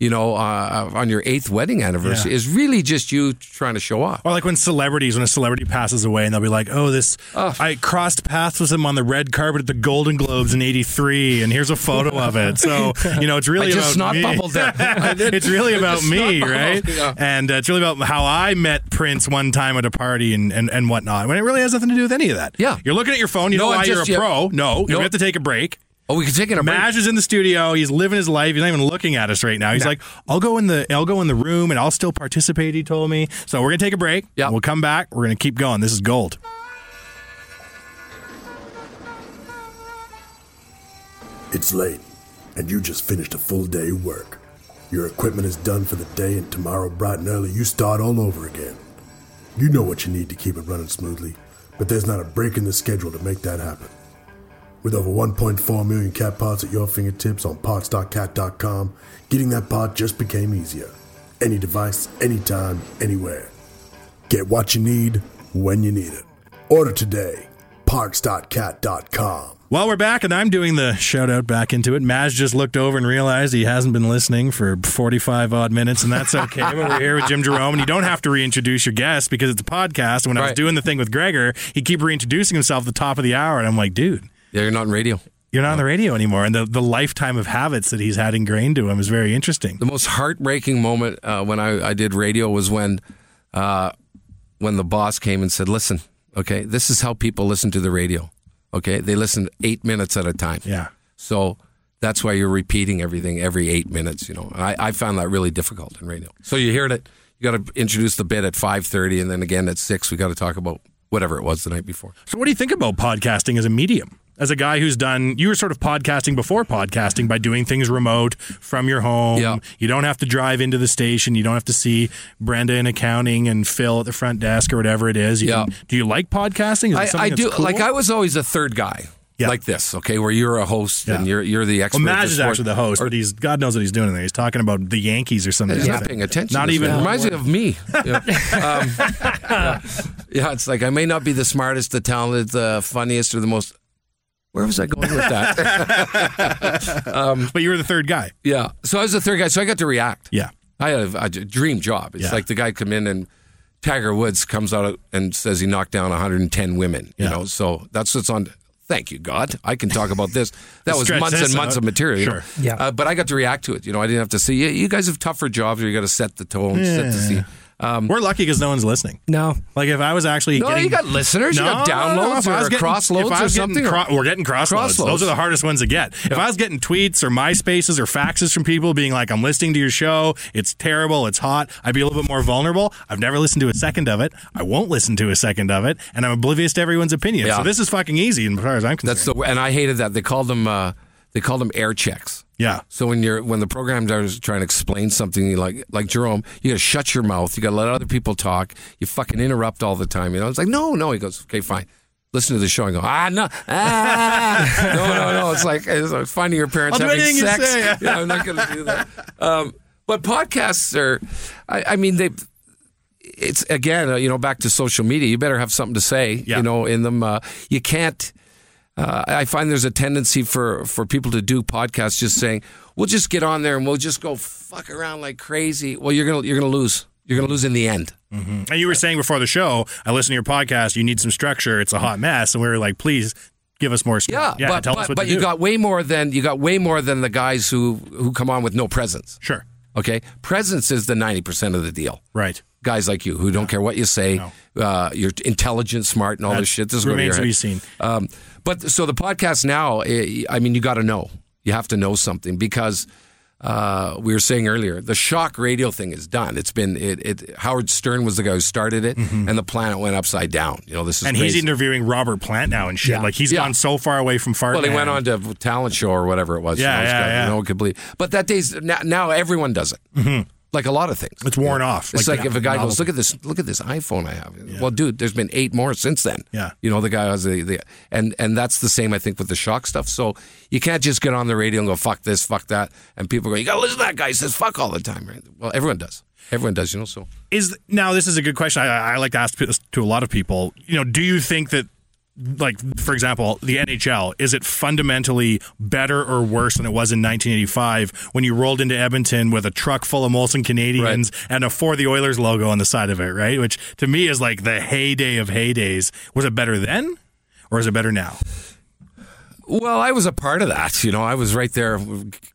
E: you know, uh, on your eighth wedding anniversary
D: Yeah.
E: is really just you trying to show off.
D: Or like when celebrities, when a celebrity passes away, and they'll be like, "Oh, this I crossed paths with him on the red carpet at the Golden Globes in '83, and here's a photo of it." So you know, it's really
E: I just
D: about
E: snot
D: me.
E: bubbled there. I did.
D: it's really
E: I
D: about
E: just
D: me,
E: snot
D: right?
E: bubbled, yeah.
D: And uh, it's really about how I met Prince one time at a party and, and and whatnot. When it really has nothing to do with any of that.
E: Yeah.
D: you're looking at your phone. You
E: No,
D: know why
E: I'm just-
D: you're a
E: yeah.
D: pro. No,
E: No.
D: we have to take a break.
E: Oh, we can take a break.
D: Maj is in the studio. He's living his life. He's not even looking at us right now. He's like, "I'll go in the, I'll go in the room, and I'll still participate." He told me. So we're gonna take a break. Yeah, we'll come back. We're gonna keep going. This is gold.
G: It's late, and you just finished a full day of work. Your equipment is done for the day, and tomorrow, bright and early, you start all over again. You know what you need to keep it running smoothly, but there's not a break in the schedule to make that happen. With over 1.4 million cat parts at your fingertips on parts.cat.com, getting that part just became easier. Any device, anytime, anywhere. Get what you need when you need it. Order today. Parts.cat.com.
D: Well, we're back, and I'm doing the shout out back into it. Maj just looked over and realized he hasn't been listening for 45 odd minutes, and that's okay. But we're here with Jim Jerome, and you don't have to reintroduce your guest because it's a podcast. When I was
E: Right.
D: doing the thing with Gregor, he keep reintroducing himself at the top of the hour, and I'm like, dude.
E: Yeah, you're not in radio.
D: You're not on the radio anymore, and the, the lifetime of habits that he's had ingrained to him is very interesting.
E: The most heartbreaking moment uh, when I, I did radio was when, uh, when the boss came and said, "Listen, okay, this is how people listen to the radio. Okay, they listen eight minutes at a time.
D: Yeah.
E: So that's why you're repeating everything every eight minutes. You know, And I, I found that really difficult in radio. So you heard it. You got to introduce the bit at five thirty, and then again at six. We got to talk about whatever it was the night before.
D: So, what do you think about podcasting as a medium? As a guy who's done, you were sort of podcasting before podcasting by doing things remote from your home.
E: Yeah.
D: You don't have to drive into the station. You don't have to see Brenda in accounting and Phil at the front desk or whatever it is. You
E: Yeah.
D: can- do you like podcasting? Is it
E: I,
D: something
E: I
D: that's
E: do.
D: cool?
E: Like I was always a third guy. Like this, okay, where you're a host and you're you're the expert.
D: Well,
E: at
D: Madge
E: this
D: is
E: sport.
D: actually the host, but he's God knows what he's doing in there. He's talking about the Yankees or something.
E: He's not paying attention.
D: Not
E: to this
D: even
E: guy. reminds me of me. Yeah. Um, yeah. Yeah, it's like I may not be the smartest, the talented, the funniest, or the most. Where was I going with that? um,
D: but you were the third guy.
E: Yeah, so I was the third guy, so I got to react.
D: Yeah,
E: I had a, a dream job. It's
D: Yeah.
E: like the guy come in and Tiger Woods comes out and says he knocked down 110 women. You
D: Yeah.
E: know, so that's what's on. Thank you, God. I can talk about this. That was
D: Stretch
E: months
D: this
E: and months
D: out.
E: of material. you know.
D: Sure.
F: Yeah.
E: Uh, but I got to react to it. You know, I didn't have to see. You, you guys have tougher jobs where you got to set the tone, set the
D: Yeah.
E: scene. Um,
D: We're lucky because no one's listening.
F: No.
D: Like if I was actually
E: No,
D: getting,
E: you got listeners, you got downloads
D: if I
E: or
D: was getting-
E: crossloads
D: if I was
E: or
D: getting
E: something, or-
D: we're getting crossloads.
E: Crossloads.
D: Those are the hardest ones to get. If I was getting tweets or MySpaces or faxes from people being like, "I'm listening to your show. It's terrible. It's hot," I'd be a little bit more vulnerable. I've never listened to a second of it. I won't listen to a second of it, and I'm oblivious to everyone's opinion.
E: Yeah.
D: So this is fucking easy, as far as I'm concerned.
E: That's the and I hated that they called them uh, they called them air checks.
D: Yeah.
E: So when you're when the program director's trying to explain something, you like like Jerome, you gotta shut your mouth. You gotta let other people talk. You fucking interrupt all the time. You know, it's like no, no. He goes, okay, fine. Listen to the show and go, ah, no, ah. no, no, no. It's like, it's like finding your parents
D: I'll do
E: having
D: anything you
E: sex.
D: say.
E: Yeah, I'm not gonna do that. Um, but podcasts are, I, I mean, they it's again, uh, you know, back to social media. You better have something to say, you know, in them. Uh, you can't. Uh, I find there's a tendency for for people to do podcasts just saying, "We'll just get on there and we'll just go fuck around like crazy." Well, you're gonna you're gonna lose. You're gonna lose in the end.
D: Mm. And you were saying before the show, I listen to your podcast. You need some structure. It's a hot mess, and we were like, "Please give us more."
E: Yeah,
D: yeah.
E: but
D: tell
E: but,
D: us what
E: but
D: to
E: you
D: do.
E: got way more than you got way more than the guys who who come on with no presence.
D: Sure.
E: Okay, presence is the ninety percent of the deal.
D: Right.
E: Guys like you who don't care what you say, uh, you're intelligent, smart, and all
D: That
E: this shit. This is going
D: remains
E: your
D: to be
E: head.
D: seen.
E: Um, but so the podcast now, eh, I mean, you got to know. You have to know something because uh, we were saying earlier the shock radio thing is done. It's been it. it Howard Stern was the guy who started it, and the planet went upside down. You know, this is
D: Mm-hmm. and
E: crazy.
D: he's interviewing Robert Plant now and shit.
E: Yeah.
D: Like he's
E: Yeah.
D: gone so far away from Fartman.
E: Well, he went on to a talent show or whatever it was.
D: Yeah,
E: it's
D: yeah,
E: got-
D: yeah.
E: No one could believe. But that day's now, now everyone does it. Mm-hmm. Like a lot of things,
D: It's worn off.
E: It's like,
D: yeah,
E: if a guy
D: novel.
E: goes, "Look at this! Look at this iPhone I have." Well, dude, there's been eight more since then.
D: Yeah.
E: you know the guy has the, the and and that's the same I think with the shock stuff. So you can't just get on the radio and go "fuck this, fuck that," and people go, "You gotta listen to that guy." He says "fuck" all the time, right? Well, everyone does. Everyone does, you know. So
D: is now this is a good question. I, I like to ask this to a lot of people. You know, do you think that? Like for example, the NHL is it fundamentally better or worse than it was in 1985 when you rolled into Edmonton with a truck full of Molson Canadians and a for the Oilers logo on the side of it, right? Which to me is like the heyday of heydays. Was it better then, or is it better now?
E: Well, Oh, I was a part of that. You know, I was right there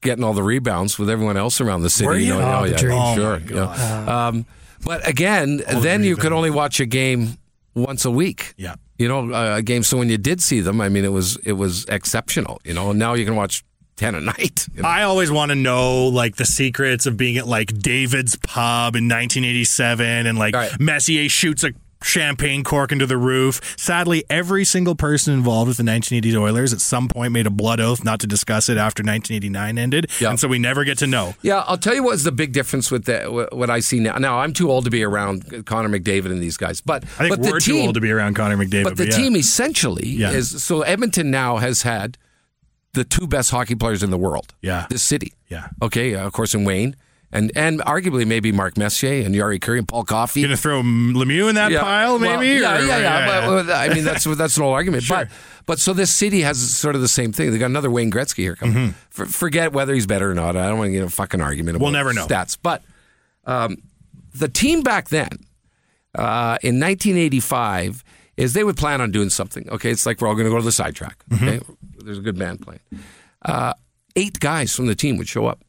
E: getting all the rebounds with everyone else around the city.
D: Were you?
E: know,
D: Oh, the
E: yeah,
D: dream. Oh,
E: sure.
D: my
E: yeah. Um, but again, then you could only watch a game once a week.
D: Yeah.
E: You know, uh, a game. So when you did see them, I mean, it was it was exceptional. You know, and now you can watch ten a night. you know.
D: I always want to know like the secrets of being at like David's pub in 1987 and like Messier shoots a champagne cork into the roof. Sadly, every single person involved with the 1980s Oilers at some point made a blood oath not to discuss it after 1989 ended. And so we never get to know.
E: Yeah, I'll tell you what's the big difference with the, wh- what I see now. Now I'm too old to be around Connor McDavid and these guys, but
D: I think
E: but the
D: we're
E: team-
D: too old to be around Connor McDavid.
E: But the
D: yeah.
E: team essentially
D: Yeah.
E: is so Edmonton now has had the two best hockey players in the world. Yeah, this city.
D: Yeah.
E: Okay, uh, of course in Wayne and and arguably maybe Mark Messier and Yari Curry and Paul Coffey.
D: Gonna throw Lemieux in that
E: well,
D: pile, maybe?
E: yeah,
D: Or-
E: yeah, yeah,
D: yeah,
E: But, uh,
D: yeah.
E: I mean that's that's an old argument. But but so this city has sort of the same thing. They got another Wayne Gretzky here coming. For, forget whether he's better or not. I don't want to get in a fucking argument about
D: Mm-hmm. We'll never know.
E: stats. But um, the team back then uh, in 1985 is they would plan on doing something. Okay, it's like we're all going to go to the sidetrack.
D: Mm-hmm.
E: Okay, there's a good band playing. Uh, eight guys from the team would show up.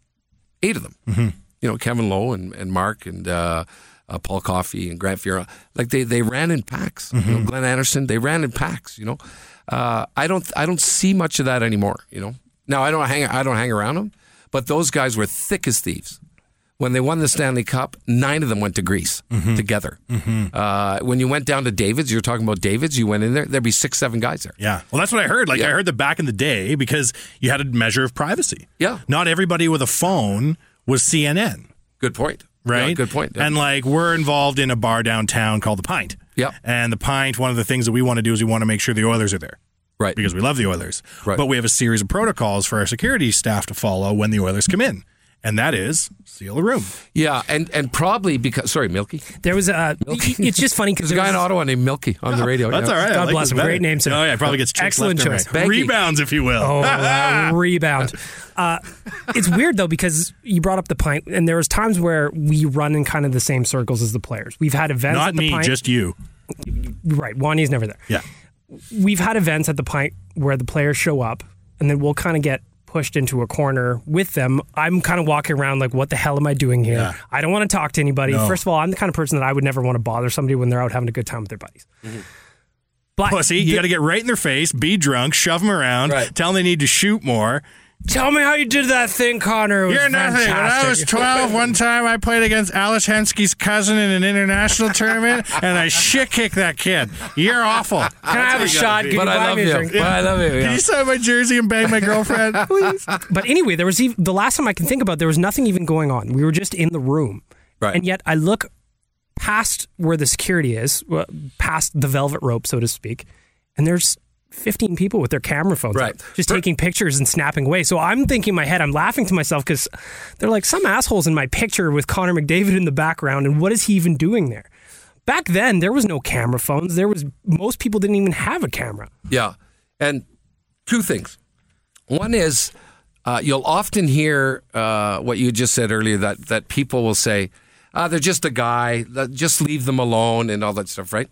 E: Eight of them.
D: Mm-hmm.
E: You know, Kevin Lowe and, and Mark and uh, uh, Paul Coffey and Grant Fiera. Like they, they ran in packs. You
D: Mm-hmm.
E: know, Glenn Anderson, they ran in packs. You know, uh, I don't I don't see much of that anymore. You know, now I don't hang I don't hang around them, but those guys were thick as thieves. when they won the Stanley Cup, nine of them went to Greece
D: Mhm.
E: together.
D: Mm-hmm.
E: Uh, when you went down to David's, you're talking about David's. You went in there. There'd be six, seven guys there.
D: Yeah. Well, that's what I heard. Like I heard that back in the day because you had a measure of privacy. Yeah. Not everybody with a phone was CNN.
E: Good point.
D: Right.
E: Yeah, good point. Yeah.
D: And like we're involved in a bar downtown called the Pint.
E: Yep.
D: And the Pint, one of the things that we want to do is we want to make sure the Oilers are there.
E: Right.
D: Because we love the Oilers.
E: Right.
D: But we have a series of protocols for our security staff to follow when the Oilers come in. And that is seal the room.
E: Yeah, and and probably because sorry, Milky.
F: There was a. It's just funny because
E: there's a guy in Ottawa named Milky on the radio.
D: That's
E: yeah.
D: all right. I
F: God
D: like
F: bless
D: this
F: him.
D: better.
F: Great name, sir.
D: Oh, yeah. Probably gets chicks
F: Excellent
D: left and
F: choice.
D: right.
F: Banky.
D: Rebounds, if you will.
F: Oh, a rebound. Uh, it's weird though because you brought up the pint, and there was times where we run in kind of the same circles as the players. We've had events.
D: Not
F: at the
D: me,
F: pint.
D: just you.
F: right. Wani's never there.
D: Yeah.
F: We've had events at the pint where the players show up, and then we'll kind of get pushed into a corner with them. I'm kind of walking around like, what the hell am I doing here?
H: Yeah.
F: I don't want to talk to anybody.
H: No.
F: First of all, I'm the kind of person that I would never want to bother somebody when they're out having a good time with their buddies. But
D: Pussy, you got to get right in their face, be drunk, shove them around, tell them they need to shoot more.
F: Tell me how you did that thing, Connor. It was
D: You're nothing. When I was
F: fantastic.
D: 12, one time I played against Alice Hensky's cousin in an international tournament, and I shit kicked that kid. You're awful. Can
F: I have a shot? Can But you I buy love me a you. drink? But I love you,
D: Can
F: yeah.
D: you sign my jersey and bang my girlfriend, please?
F: But anyway, there was even, the last time I can think about. There was nothing even going on. We were just in the room,
E: right?
F: And yet I look past where the security is, well, past the velvet rope, so to speak, and there's. 15 people with their camera phones
E: Right.
F: out, just taking pictures and snapping away. So I'm thinking in my head, I'm laughing to myself because they're like some assholes in my picture with Connor McDavid in the background. And what is he even doing there? Back then, there was no camera phones. There was most people didn't even have a camera.
E: Yeah. And two things. One is uh, you'll often hear uh, what you just said earlier that, that people will say, ah, they're just a guy, that- just leave them alone and all that stuff, right?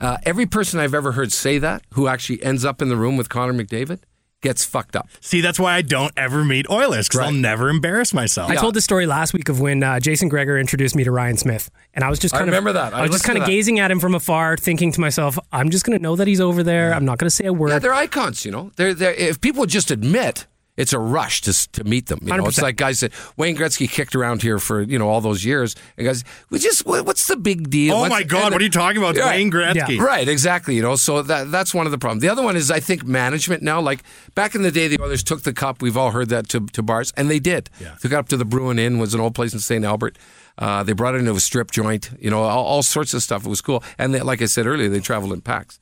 E: Uh, every person I've ever heard say that who actually ends up in the room with Connor McDavid gets fucked up.
D: See, that's why I don't ever meet Oilers because I'll never embarrass myself.
F: I told the story last week of when uh, Jason Greger introduced me to Ryan Smith, and I was just
D: I
F: kind of
D: remember that. I
F: I, was just
D: listened
F: kind
D: to
F: of
D: that.
F: gazing at him from afar, thinking to myself, "I'm just going to know that he's over there. I'm not going to say a word."
E: Yeah, they're icons, you know. They're, they're, if people would just admit, it's a rush to, s- to meet them. You know, it's
F: 100%.
E: like guys that Wayne Gretzky kicked around here for you know all those years, and guys, we just what- what's the big deal?
D: Oh
E: What's-
D: my God,
E: and-
D: what are you talking about? It's
E: Right.
D: Wayne Gretzky.
E: Yeah. right? Exactly. You know, so that that's one of the problems. The other one is I think management now. Like back in the day, the Oilers took the cup. We've all heard that to, to bars, and they did. Took it up to the Bruin Inn, was an old place in St. Albert. Uh, they brought it into a strip joint. You know, all, all sorts of stuff. It was cool, and they, like I said earlier, they traveled in packs.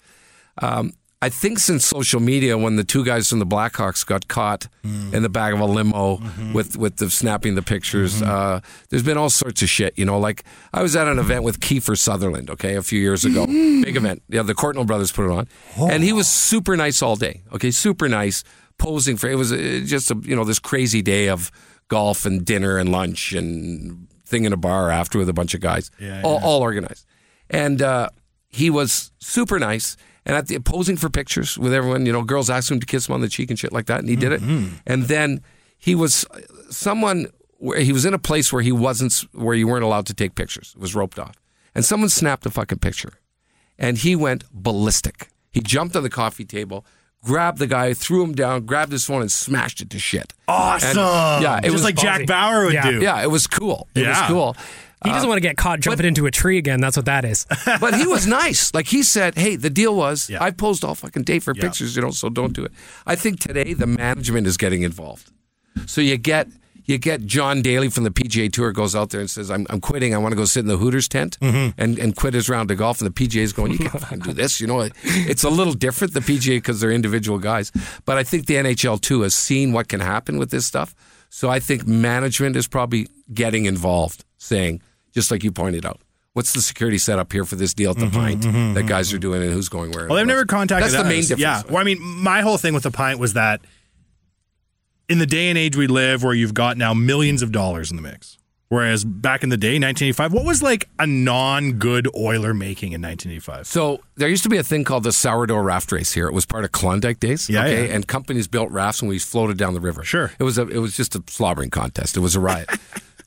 E: Um, I think since social media, when the two guys from the Blackhawks got caught in the back of a limo with with the snapping the pictures, uh, there's been all sorts of shit. You know, like I was at an event with Kiefer Sutherland, okay, a few years ago, big event. Yeah, the Cortnell brothers put it on, and he was super nice all day. Okay, super nice, posing for it was uh, just a, you know this crazy day of golf and dinner and lunch and thing in a bar after with a bunch of guys,
D: Yeah,
E: all,
D: yeah.
E: all organized. And uh, he was super nice and at the posing for pictures with everyone. You know, girls asked him to kiss him on the cheek and shit like that, and he did it. And then he was someone where he was in a place where he wasn't, where you weren't allowed to take pictures. It was roped off, and someone snapped a fucking picture, and he went ballistic. He jumped on the coffee table. Grabbed the guy, threw him down, grabbed his phone, and smashed it to shit.
D: Awesome.
E: And- yeah, it
D: Um, Just
E: was
D: like Jack Bauer would
E: yeah.
D: do.
E: Yeah, it was cool. It was
D: Yeah.
E: cool.
F: He doesn't
E: Uh,
F: want to get caught jumping into a tree again. That's what that is.
E: but he was nice. Like he said, hey, the deal was I posed all fucking day for pictures, you know, so don't do it. I think today the management is getting involved. So you get you get John Daly from the PGA Tour goes out there and says, I'm, I'm quitting. I want to go sit in the Hooters tent
D: Mm-hmm.
E: and, and quit his round of golf. And the PGA is going, you can't fucking do this. You know, it, it's a little different, the PGA, because they're individual guys. But I think the NHL, too, has seen what can happen with this stuff. So I think management is probably getting involved, saying, just like you pointed out, what's the security setup here for this deal at the pint that guys are doing and who's going where?
D: Well, they've never contacted
E: That's the main
D: us.
E: difference.
D: Yeah. Well, I mean, my whole thing with the pint was that in the day and age we live where you've got now millions of dollars in the mix. Whereas back in the day, 1985, what was like a non good oiler making in 1985?
E: So there used to be a thing called the sourdough raft race here. It was part of Klondike days.
D: Yeah,
E: okay.
D: yeah.
E: And companies built rafts and we floated down the river. Sure. It was a it was just a slobbering contest. It was a riot.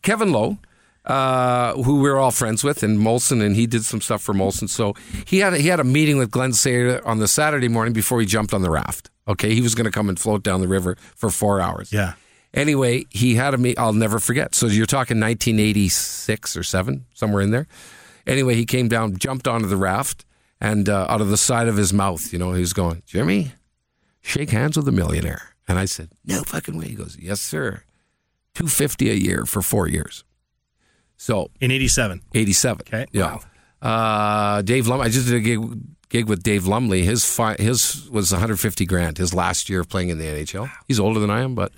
E: Kevin Lowe, uh, who we were all friends with, and Molson, and he did some stuff for Molson. So he had a, he had a meeting with Glenn Sayer on the Saturday morning before he jumped on the raft. Okay, he was going to come and float down the river for four hours.
D: Yeah.
E: Anyway, he had a meet. I'll never forget. So you're talking 1986 or seven, somewhere in there. Anyway, he came down, jumped onto the raft, and uh, out of the side of his mouth, you know, he was going, Jimmy, shake hands with a millionaire. And I said, No fucking way. He goes, Yes, sir. 250 a year for four years. So
D: in 87.
E: 87. Okay. Yeah. Uh, Dave Lum, I just did a gig, gig with Dave Lumley. His fi- his was 150 grand. His last year of playing in the NHL. He's older than I am, but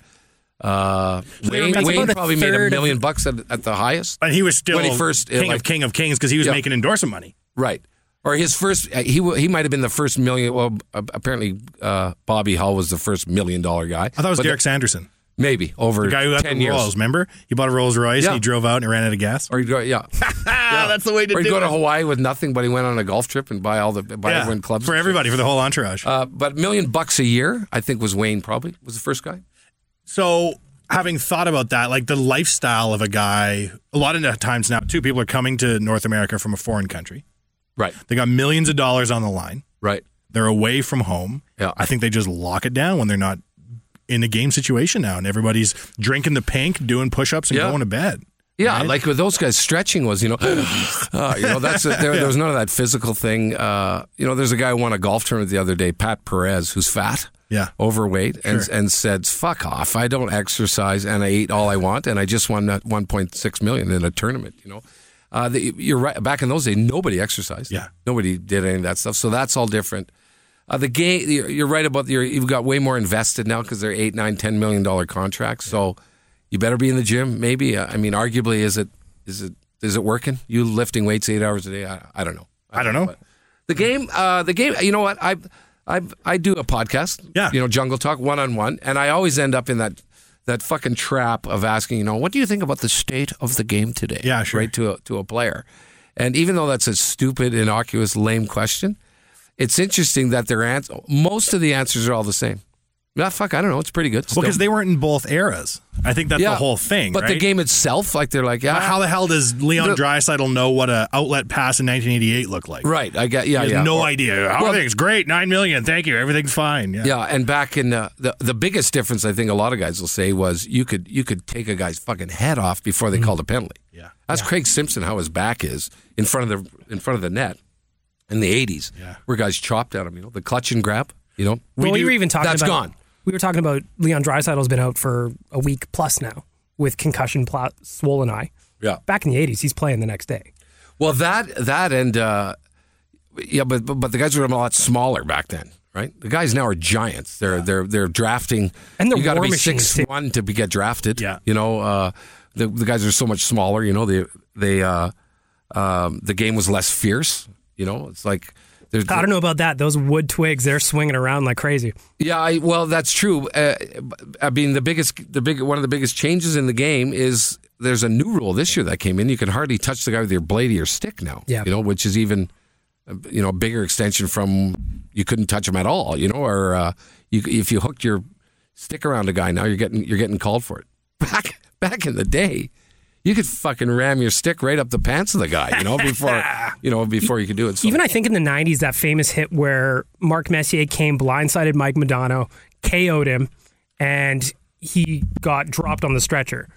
E: uh,
D: So you're
E: Wayne,
D: making-
E: Wayne
D: That's about a
E: probably made a
D: third of-
E: million bucks at, at the highest.
D: And he was still
E: when he first
D: king
E: like-
D: of king of kings because he was
E: Yeah.
D: making endorsement money.
E: Right. Or his first, uh, he wa- he might have been the first million. Well, a- apparently uh, Bobby Hull was the first million dollar guy. I
D: thought it was Derek Sanderson,
E: maybe over
D: the guy who had
E: 10
D: the
E: years.
D: Rolls. Remember, he bought a Rolls Royce.
E: Yeah.
D: He drove out and ran out of gas.
E: Or he'd go, yeah,
D: that's the way
E: or he'd go to Hawaii with nothing, but he went on a golf trip and buy all the buy
D: Yeah.
E: everyone clubs
D: For
E: and shit.
D: everybody, for the whole entourage.
E: Uh, but a million bucks a year, I think, was Wayne probably was the first guy.
D: So, having thought about that, like the lifestyle of a guy, a lot of the times now, too, people are coming to North America from a foreign country.
E: Right.
D: They got millions of dollars on the line.
E: Right.
D: They're away from home.
E: Yeah.
D: I think they just lock it down when they're not in a game situation now, and everybody's drinking the pink, doing push ups, and
E: Yeah.
D: going to bed.
E: Yeah, like with those guys, stretching was you know, uh, you know that's there, there was none of that physical thing. Uh, you know, there's a guy who won a golf tournament the other day, Pat Perez, who's fat,
D: Yeah.
E: overweight, and
D: Sure.
E: and said, "Fuck off! I don't exercise, and I eat all I want, and I just won that 1.6 million in a tournament." You know, uh, the, you're right. Back in those days, nobody exercised. Yeah, nobody did any of that stuff. So that's all different. Uh, the game, you're you're right about your, you've got way more invested now because they're eight, nine, ten million dollar contracts. So you better be in the gym. Maybe Uh, I mean, arguably, is it is it is it working? You lifting weights eight hours a day? I, I don't know. I don't know. But The game, uh, the game. You know what? I I I do a podcast. Yeah. You know, Jungle Talk one on one, and I always end up in that that fucking trap of asking, you know, what do you think about the state of the game today? Yeah, sure. Right to a, to a player, and even though that's a stupid, innocuous, lame question, it's interesting that their answer. Most of the answers are all the same. Yeah, fuck, I don't know. It's pretty good.
D: Well, because they weren't in both eras. I think that's
E: Yeah,
D: the whole thing.
E: but the
D: right?
E: game itself, like they're like, yeah,
D: How the hell does Leon
E: The-
D: Draisaitl know what a outlet pass in 1988 looked like?
E: Right, I get- yeah,
D: He has
E: yeah.
D: no
E: Or-
D: idea. How
E: Well-
D: everything's great. Nine million. Thank you. Everything's fine. Yeah.
E: Yeah. and back in uh, the the biggest difference, I think a lot of guys will say was you could you could take a guy's fucking head off before they called a penalty. Yeah, that's Craig Simpson how his back is in front of the in front of the net in the eighties, where guys chopped at him. You know, the clutch and grab. You know,
F: Well, we, were even talking
E: That's
F: about,
E: gone.
F: We were talking about Leon Dreisaitl's been out for a week plus now with concussion, pl- swollen eye.
E: Yeah.
F: Back in the '80s, he's playing the next day.
E: Well, that that and uh, yeah, but, but but the guys were a lot smaller back then, right? The guys now are giants. They're they're they're drafting,
F: And they're
E: you got to
F: war
E: be
F: machines,
E: six one to be, get drafted. Yeah, you know, uh, the the guys are so much smaller. You know, they they uh, um, the game was less fierce. You know, it's like there's
F: I don't know about that. Those wood twigs, they're swinging around like crazy.
E: yeah, I, well, that's true. Uh, I mean, the biggest, the big, one of the biggest changes in the game is there's a new rule this year that came in. You can hardly touch the guy with your blade or your stick now.
F: Yeah.
E: you know, which is even, uh, you know, a bigger extension from you couldn't touch him at all. You know, or uh, you, if you hooked your stick around a guy now, you're getting you're getting called for it. Back back in the day, you could fucking ram your stick right up the pants of the guy. You know, before you know before you could do it. So
F: Even I think in the '90s, that famous hit where Mark Messier came blindsided Mike Madonna, KO'd him, and he got dropped on the stretcher.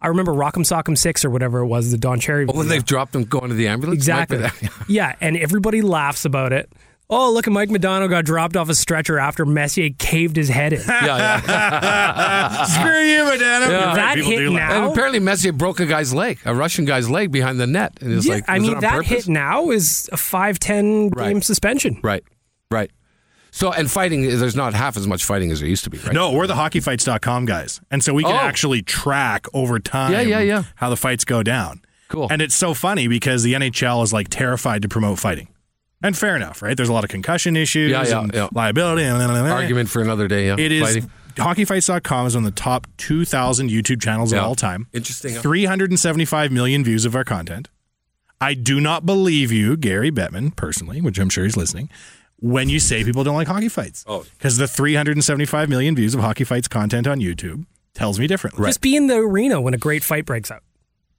F: I remember Rock'em Sock'em Six or whatever it was, the Don Cherry.
E: Oh, when
F: video.
E: they've dropped him going to the ambulance, Mike,
F: Exactly.
E: but-
F: yeah, and everybody laughs about it. Oh, look at Mike Madonna got dropped off a stretcher after Messier caved his head in.
E: yeah, yeah.
D: Screw you, Madonna. You're right,
F: That
D: people
F: hit
D: do laugh.
F: now-
E: And apparently, Messi broke a guy's leg, a Russian guy's leg behind the net, and it's
F: Yeah,
E: like,
F: I
E: was it
F: mean,
E: on
F: that
E: purpose?
F: hit now is a 5'10 game suspension.
E: Right, right. So, and fighting, there's not half as much fighting as there used to be, right?
D: No, we're the hockeyfights.com guys. And so we can
E: Oh.
D: actually track over time
E: Yeah, yeah, yeah.
D: how the fights go down.
E: Cool.
D: And it's so funny because the NHL is like terrified to promote fighting. And fair enough, right? There's a lot of concussion issues
E: Yeah, yeah,
D: and
E: yeah.
D: liability and
E: Argument for another day. Yeah,
D: It is
E: Fighting.
D: hockeyfights.com is on the top 2000 YouTube channels
E: Yeah.
D: of all time.
E: Interesting.
D: 375 million views of our content. I do not believe you, Gary Bettman, personally, which I'm sure he's listening, when you say people don't like hockey fights. Oh. Because the 375 million views of hockey fights content on YouTube tells me differently.
F: Just be in the arena when a great fight breaks out.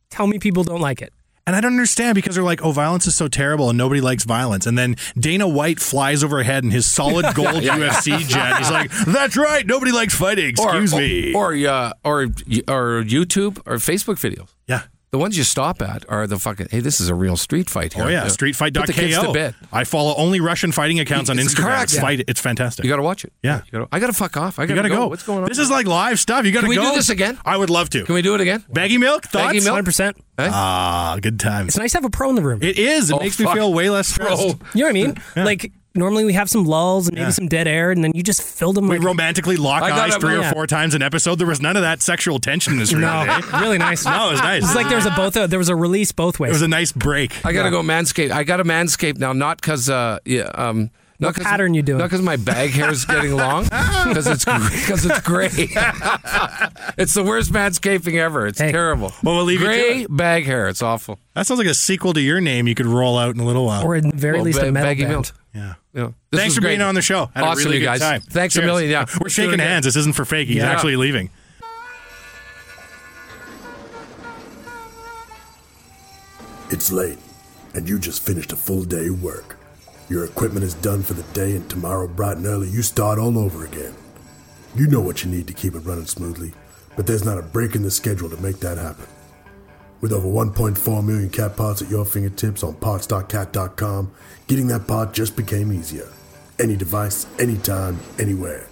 F: Tell me people don't like it.
D: And I don't understand because they're like, oh, violence is so terrible and nobody likes violence. And then Dana White flies overhead in his solid gold
E: Yeah, yeah.
D: UFC jet. He's like, that's right. Nobody likes fighting. Excuse
E: or,
D: me.
E: Or uh, or or YouTube or Facebook videos.
D: Yeah.
E: The ones you stop at are the fucking. Hey, this is a real street fight here.
D: Oh yeah,
E: Put the kids to
D: streetfight.ko.
E: bed.
D: I follow only Russian fighting accounts on
E: It's
D: Instagram.
E: correct.
D: It's, fight, it's fantastic.
E: You got to watch it.
D: Yeah.
E: You gotta, I got to fuck off. I got
D: you
E: to
D: gotta go.
E: What's going on?
D: This is like live stuff. You gotta
E: Can we
D: go.
E: do this again?
D: I would love to.
E: Can we do it again?
D: Baggy milk thoughts.
E: Baggy milk.
F: 100%.
D: Ah, good times.
F: It's nice to have a pro in the room.
D: It is. It
F: Oh,
D: makes me
F: fuck.
D: feel way less stressed.
F: You know what I mean? Like normally we have some lulls and maybe
D: Yeah.
F: some dead air, and then you just filled them.
D: We
F: like,
D: romantically lock
F: I got
D: eyes
F: it,
D: three
F: yeah.
D: or four times an episode. There was none of that sexual tension in this room.
F: No,
D: today.
F: really nice.
D: No, it was nice.
F: It's like there was a both. there was a release both ways.
D: It was a nice break.
E: I got to go manscape. I got to manscape now, not because uh, yeah, um, not
F: What
E: 'cause-
F: pattern you doing?
E: Not because my bag hair is getting long, because it's because it's gray. it's the worst manscaping ever. It's terrible.
D: Well, we'll leave you to
E: gray bag hair. It's awful.
D: That sounds like a sequel to your name. You could roll out in a little while.
F: or at the very
E: Well,
F: least
E: ba-
F: a metal
E: baggy
F: band.
E: milk.
D: yeah.
E: Yeah. This
D: Thanks
E: was
D: for being
E: great.
D: on the show. Had
E: awesome,
D: a really
E: you guys.
D: good time.
E: Thanks a
D: Cheers.
E: million. Yeah,
D: We're
E: Let's do it
D: shaking
E: again.
D: hands. This isn't for faking. He's
E: Yeah.
D: actually leaving.
G: It's late, and you just finished a full day of work. Your equipment is done for the day, and tomorrow, bright and early, you start all over again. You know what you need to keep it running smoothly, but there's not a break in the schedule to make that happen. With over 1.4 million cat pods at your fingertips on parts.cat.com, getting that pod just became easier. Any device, anytime, anywhere.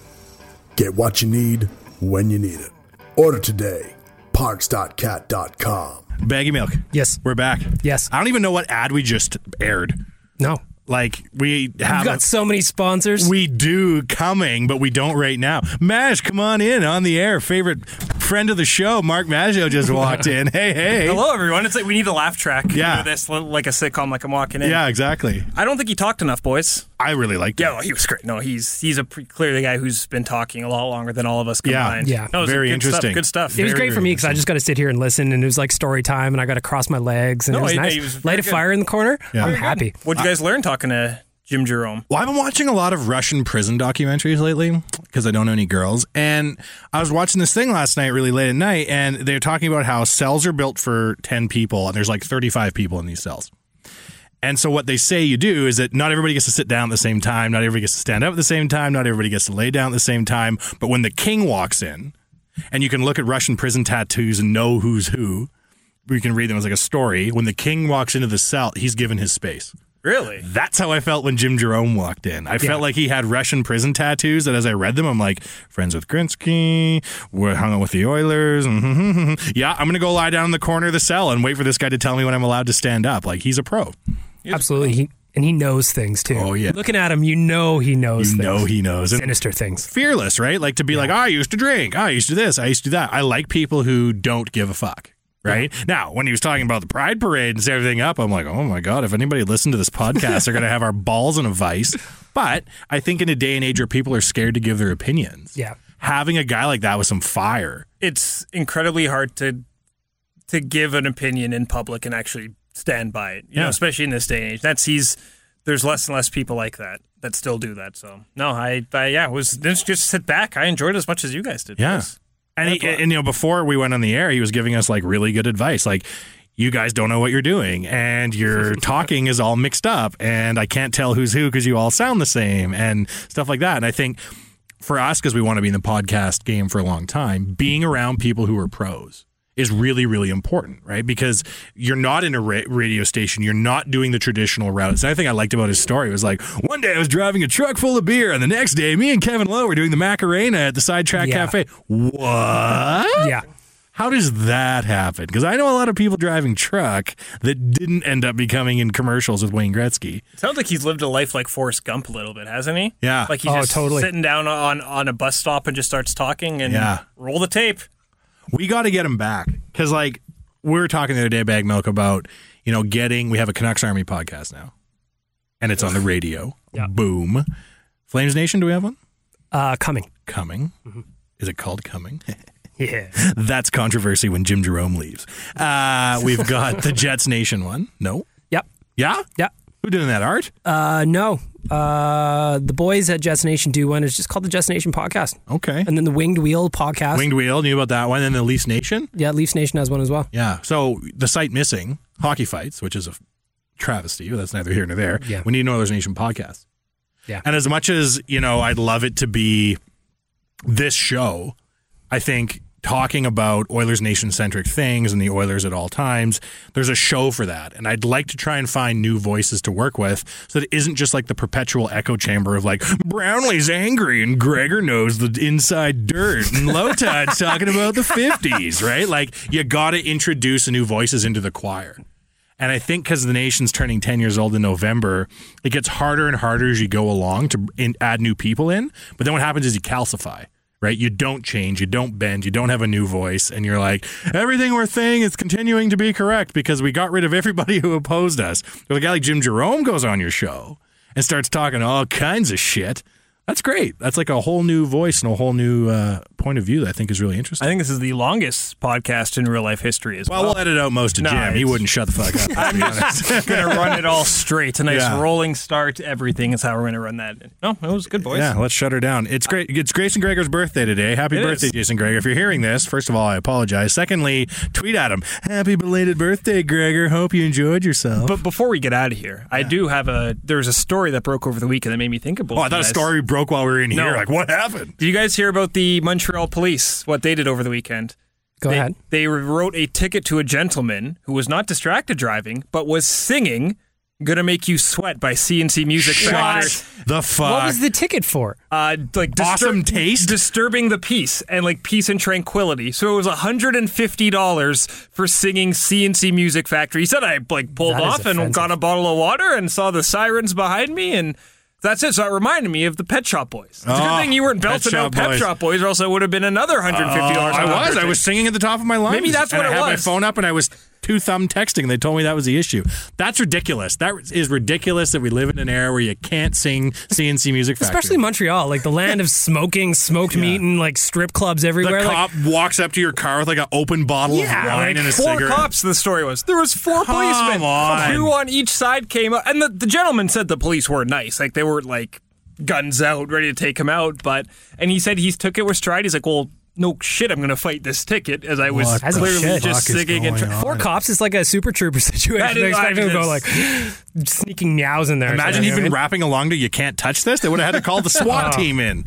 G: Get what you need when you need it. Order today. Parts.cat.com.
D: Baggy milk.
F: Yes.
D: We're back.
F: Yes.
D: I don't even know what ad we just aired.
F: No.
D: Like we have
F: We've got
D: a-
F: so many sponsors.
D: we do coming, but we don't right now. Mash, come on in on the air. Favorite friend of the show, Mark Maggio, just walked in. Hey, hey.
H: Hello, everyone. It's like we need a laugh track.
D: Yeah.
H: You know, this li- like a sitcom, like I'm walking in.
D: Yeah, exactly.
H: I don't think he talked enough, boys.
D: I really liked
H: Yeah, well, he was great. No, he's he's a pre- clearly a guy who's been talking a lot longer than all of us
D: Yeah.
H: combined.
F: Yeah.
H: No, it was
D: Very
H: good
D: interesting.
H: Stuff, good stuff.
F: It was great for me because I just got to sit here and listen, and it was like story time, and I got to cross my legs, and
H: No,
F: it was
H: he-
F: nice.
H: he was very
F: Light a
H: good.
F: fire in the corner.
D: Yeah.
F: I'm
D: Very good.
F: happy.
H: What'd you guys learn talking to Jim Jerome?
D: Well, I've been watching a lot of Russian prison documentaries lately because I don't know any girls. And I was watching this thing last night, really late at night, and they're talking about how cells are built for 10 people, and there's like 35 people in these cells. And so, what they say you do is that not everybody gets to sit down at the same time, not everybody gets to stand up at the same time, not everybody gets to lay down at the same time. But when the king walks in, and you can look at Russian prison tattoos and know who's who, we can read them as like a story. When the king walks into the cell, he's given his space.
H: Really?
D: That's how I felt when Jim Jerome walked in. I felt like he had Russian prison tattoos. That as I read them, I'm like, friends with Grinsky, we're hung out with the Oilers. mhm. yeah, I'm gonna go lie down in the corner of the cell and wait for this guy to tell me when I'm allowed to stand up. Like he's a pro.
F: Absolutely. He, and he knows things too.
D: Oh, yeah.
F: Looking at him, you know he knows.
D: You
F: things.
D: know he knows. And
F: sinister things.
D: fearless, right? Like to be like, "Oh, I used to drink, I used to this, I used to do that. I like people who don't give a fuck. Right now, when he was talking about the Pride Parade and set everything up, I'm like, oh my god! If anybody listened to this podcast, they're gonna have our balls in a vice. But I think in a day and age where people are scared to give their opinions,
F: Yeah.
D: having a guy like that with some fire,
H: It's incredibly hard to to give an opinion in public and actually stand by it. You
D: Yeah.
H: know, especially in this day and age. That's he's there's less and less people like that that still do that. So no, I, I yeah, it was just just sit back. I enjoyed it as much as you guys did.
D: Yeah.
H: boys.
D: and he, and you know before we went on the air, he was giving us like really good advice, like. You guys don't know what you're doing, and your talking is all mixed up, and I can't tell who's who because you all sound the same, and stuff like that. And I think for us because we want to be in the podcast game for a long time being around people who are pros is really really important right because you're not in a ra- radio station you're not doing the traditional routes and i think i liked about his story was like one day i was driving a truck full of beer and the next day me and kevin lowe were doing the macarena at the sidetrack
F: Yeah.
D: cafe what
F: Yeah.
D: how does that happen because i know a lot of people driving truck that didn't end up becoming in commercials with wayne gretzky
H: Sounds like he's lived a life like Forrest Gump a little bit, hasn't he?
D: Yeah.
H: Like he's
F: Oh,
H: just
F: totally.
H: sitting down on, on a bus stop and just starts talking and
D: Yeah.
H: roll the tape.
D: we got to get him back because like we were talking the other day bag milk about you know getting we have a canucks army podcast now and it's on the radio
F: Yeah.
D: boom flames nation do we have one
F: Uh, coming.
D: coming
F: Mm-hmm.
D: is it called coming
F: Yeah.
D: that's controversy when jim jerome leaves uh, we've got the jets nation one no
F: Yep.
D: yeah
F: Yep.
D: who doing that art
F: Uh, no. Uh, the boys at Jets Nation do one. It's just called the Jets Nation podcast.
D: okay
F: And then the Winged Wheel podcast.
D: winged wheel knew about that one and the least nation
F: yeah, Leafs Nation has one as well.
D: yeah so the site missing hockey fights, which is a travesty, but that's neither here nor there.
I: Yeah.
D: We need an Oilers Nation podcast.
I: Yeah.
D: And as much as, you know, I'd love it to be this show, I think talking about Oilers Nation centric things and the Oilers at all times, there's a show for that. And I'd like to try and find new voices to work with so that it isn't just like the perpetual echo chamber of like Brownlee's angry and Gregor knows the inside dirt and low tide's talking about the 50s, right? Like you got to introduce new voices into the choir. And I think because the nation's turning 10 years old in November, it gets harder and harder as you go along to in, add new people in. But then what happens is you calcify, right? You don't change, you don't bend, you don't have a new voice. And you're like, everything we're saying is continuing to be correct because we got rid of everybody who opposed us. But a guy like Jim Jerome goes on your show and starts talking all kinds of shit. That's great. That's like a whole new voice and a whole new uh, point of view that I think is really interesting.
E: I think this is the longest podcast in real life history as well.
D: Well, we'll edit out most of
E: No,
D: Jim. He
E: it's-
D: wouldn't shut the fuck up.
E: I'm just gonna run it all straight. A nice
D: Yeah.
E: rolling start. Everything is how we're gonna run that. No, Oh, it was good, boys.
D: Yeah, let's shut her down. It's great. It's Grayson Gregor's birthday today. Happy
E: It
D: birthday,
E: is.
D: Jason Gregor. If you're hearing this, first of all, I apologize. Secondly, tweet at him. Happy belated birthday, Gregor. Hope you enjoyed yourself.
E: But before we get out of here, I do have a. There's a story that broke over the weekend that made me think about.
D: Oh, I thought a story broke while we were in here. Like, what happened?
E: Did you guys hear about the Montreal police? What they did over the weekend?
J: Go
E: They-
J: ahead.
E: They wrote a ticket to a gentleman who was not distracted driving, but was singing "Gonna Make You Sweat" by CNC Music.
J: Shut
E: Factory.
D: the fuck?
J: What was the ticket for?
E: uh, like distur-
D: Awesome taste?
E: disturbing the peace and like peace and tranquility. So it was hundred and fifty dollars for singing CNC Music Factory. He said I like pulled
J: That is
E: off and
J: offensive.
E: got a bottle of water and saw the sirens behind me and. That's it. So that reminded me of the Pet Shop Boys. It's a
D: Oh,
E: good thing you weren't
D: Pet
E: belting out
D: Shop
E: Pet
D: Boys.
E: Shop Boys, or else it would have been another hundred and fifty dollars.
D: Uh, I was. I was singing at the top of my lungs.
E: Maybe that's
D: and
E: what
D: I
E: it
D: had my
E: was.
D: phone up and I was two thumb texting. and They told me that was the issue. That's ridiculous. That is ridiculous that we live in an era where you can't sing CNC Music Factory.
J: Especially Montreal, like the land of smoking, smoked meat, and like strip clubs everywhere.
D: the
J: like,
D: cop walks up to your car with like an open bottle
J: Yeah,
D: of
J: like
D: wine and a
E: four
D: cigarette.
E: cops. The story was there was four
D: Come
E: policemen.
D: on.
E: Two on each side came up, and the, the gentleman said the police were nice, like they were like guns out, ready to take him out. But and he said he took it with stride. He's like, well. No shit! I'm gonna fight this ticket as I was
J: What the
E: clearly
J: shit?
E: just
J: Fuck is
E: singing and
J: going
E: tra-
J: on? Four cops is like a super trooper situation.
E: That is-
J: They expect
E: I
J: him to
E: mean,
J: go like sneaking meows in there. or
D: Imagine
J: something, you know
D: even
J: what I mean?
D: rapping along to "You Can't Touch This." They would have had to call the SWAT
J: Oh.
D: team in.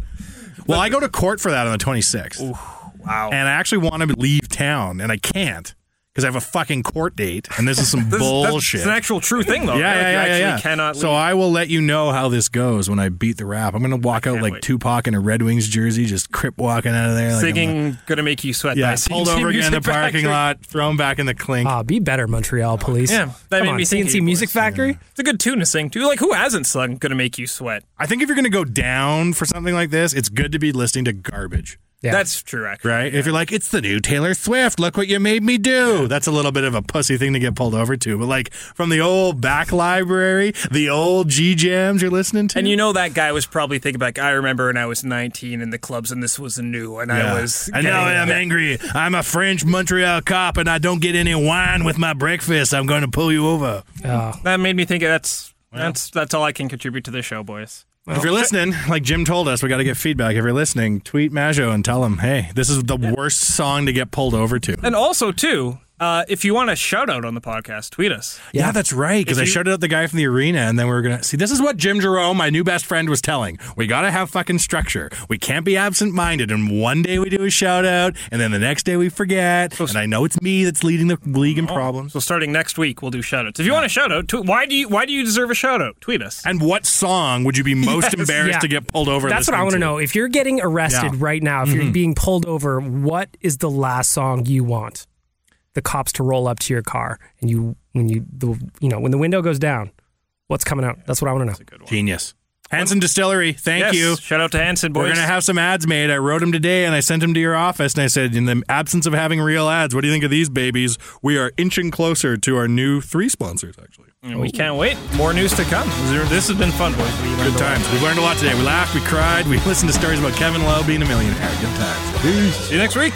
D: Well, I go to court for that on the 26th,
E: Wow!
D: and I actually want to leave town, and I can't because I have a fucking court date, and this is some
E: This is- that's-
D: bullshit.
E: It's an actual true thing though.
D: yeah,
E: Like,
D: yeah,
E: you
D: yeah,
E: actually
D: yeah.
E: Cannot.
D: so
E: leave.
D: I will let you know how this goes when I beat the rap. I'm gonna walk out like
E: wait.
D: Tupac in a Red Wings jersey, just crip walking out of there, like I'm a-
E: singing "Gonna Make You Sweat."
D: yeah,
E: by
D: pulled
E: CNC
D: over again in the
E: Music
D: parking
E: Factory.
D: lot, thrown back in the clink.
J: Ah, be better, Montreal police.
E: Yeah, that
J: Come
E: made
J: on,
E: me think of
J: CNC
E: you
J: Music
E: boys.
J: Factory.
E: It's a good tune to sing too. Like who hasn't sung "Gonna Make You Sweat"?
D: I think if you're going to go down for something like this, it's good to be listening to garbage,
J: Yeah.
E: That's true, actually.
D: right? If you're like, it's the new Taylor Swift, look what you made me do. That's a little bit of a pussy thing to get pulled over to. But like from the old back library, the old G jams you're listening to.
E: And you know that guy was probably thinking back. I remember when I was 19 in the clubs, and this was new, and
D: Yeah.
E: I was.
D: And now
E: getting-
D: I'm angry. I'm a French Montreal cop, and I don't get any wine with my breakfast. I'm going to pull you over.
J: Oh.
E: That made me think that's that's that's all I can contribute to the show, boys.
D: if you're listening, like Jim told us, we got to get feedback. If you're listening, tweet Majo and tell him, hey, this is the worst song to get pulled over to.
E: And also too, uh, if you want a shout out on the podcast, tweet us.
D: Yeah, that's right. Because
E: If
D: I
E: you-
D: shouted out the guy from the arena, and then we were gonna see. This is what Jim Jerome, my new best friend, was telling. We gotta have fucking structure. We can't be absent-minded. And one day we do a shout out, and then the next day we forget. and I know it's me that's leading the league in
E: Oh,
D: problems.
E: So starting next week, we'll do shout outs. If you want a shout out, tw- why do you why do you deserve a shout out? Tweet us.
D: And what song would you be most
J: Yes.
D: embarrassed
J: Yeah.
D: to get pulled over?
J: That's what I
D: listening
J: want to know. If you're getting arrested
D: Yeah. Mm-hmm.
J: right now, if you're being pulled over, what is the last song you want the cops to roll up to your car? And you, when you, the, you know, when the window goes down, what's coming out? That's what I want to know.
D: Genius. Hanson Distillery, thank
E: Yes,
D: you.
E: Shout out to Hanson boys.
D: We're gonna have some ads made. I wrote them today, and I sent them to your office. And I said, in the absence of having real ads, what do you think of these babies? We are inching closer to our new three sponsors, actually.
E: And we can't wait. More news to come. This has been fun, boys. We learned a lot.
D: Good times. We learned a lot today. We laughed, we cried, we listened to stories about Kevin Lowe being a millionaire. Good times. Peace.
E: See you next week.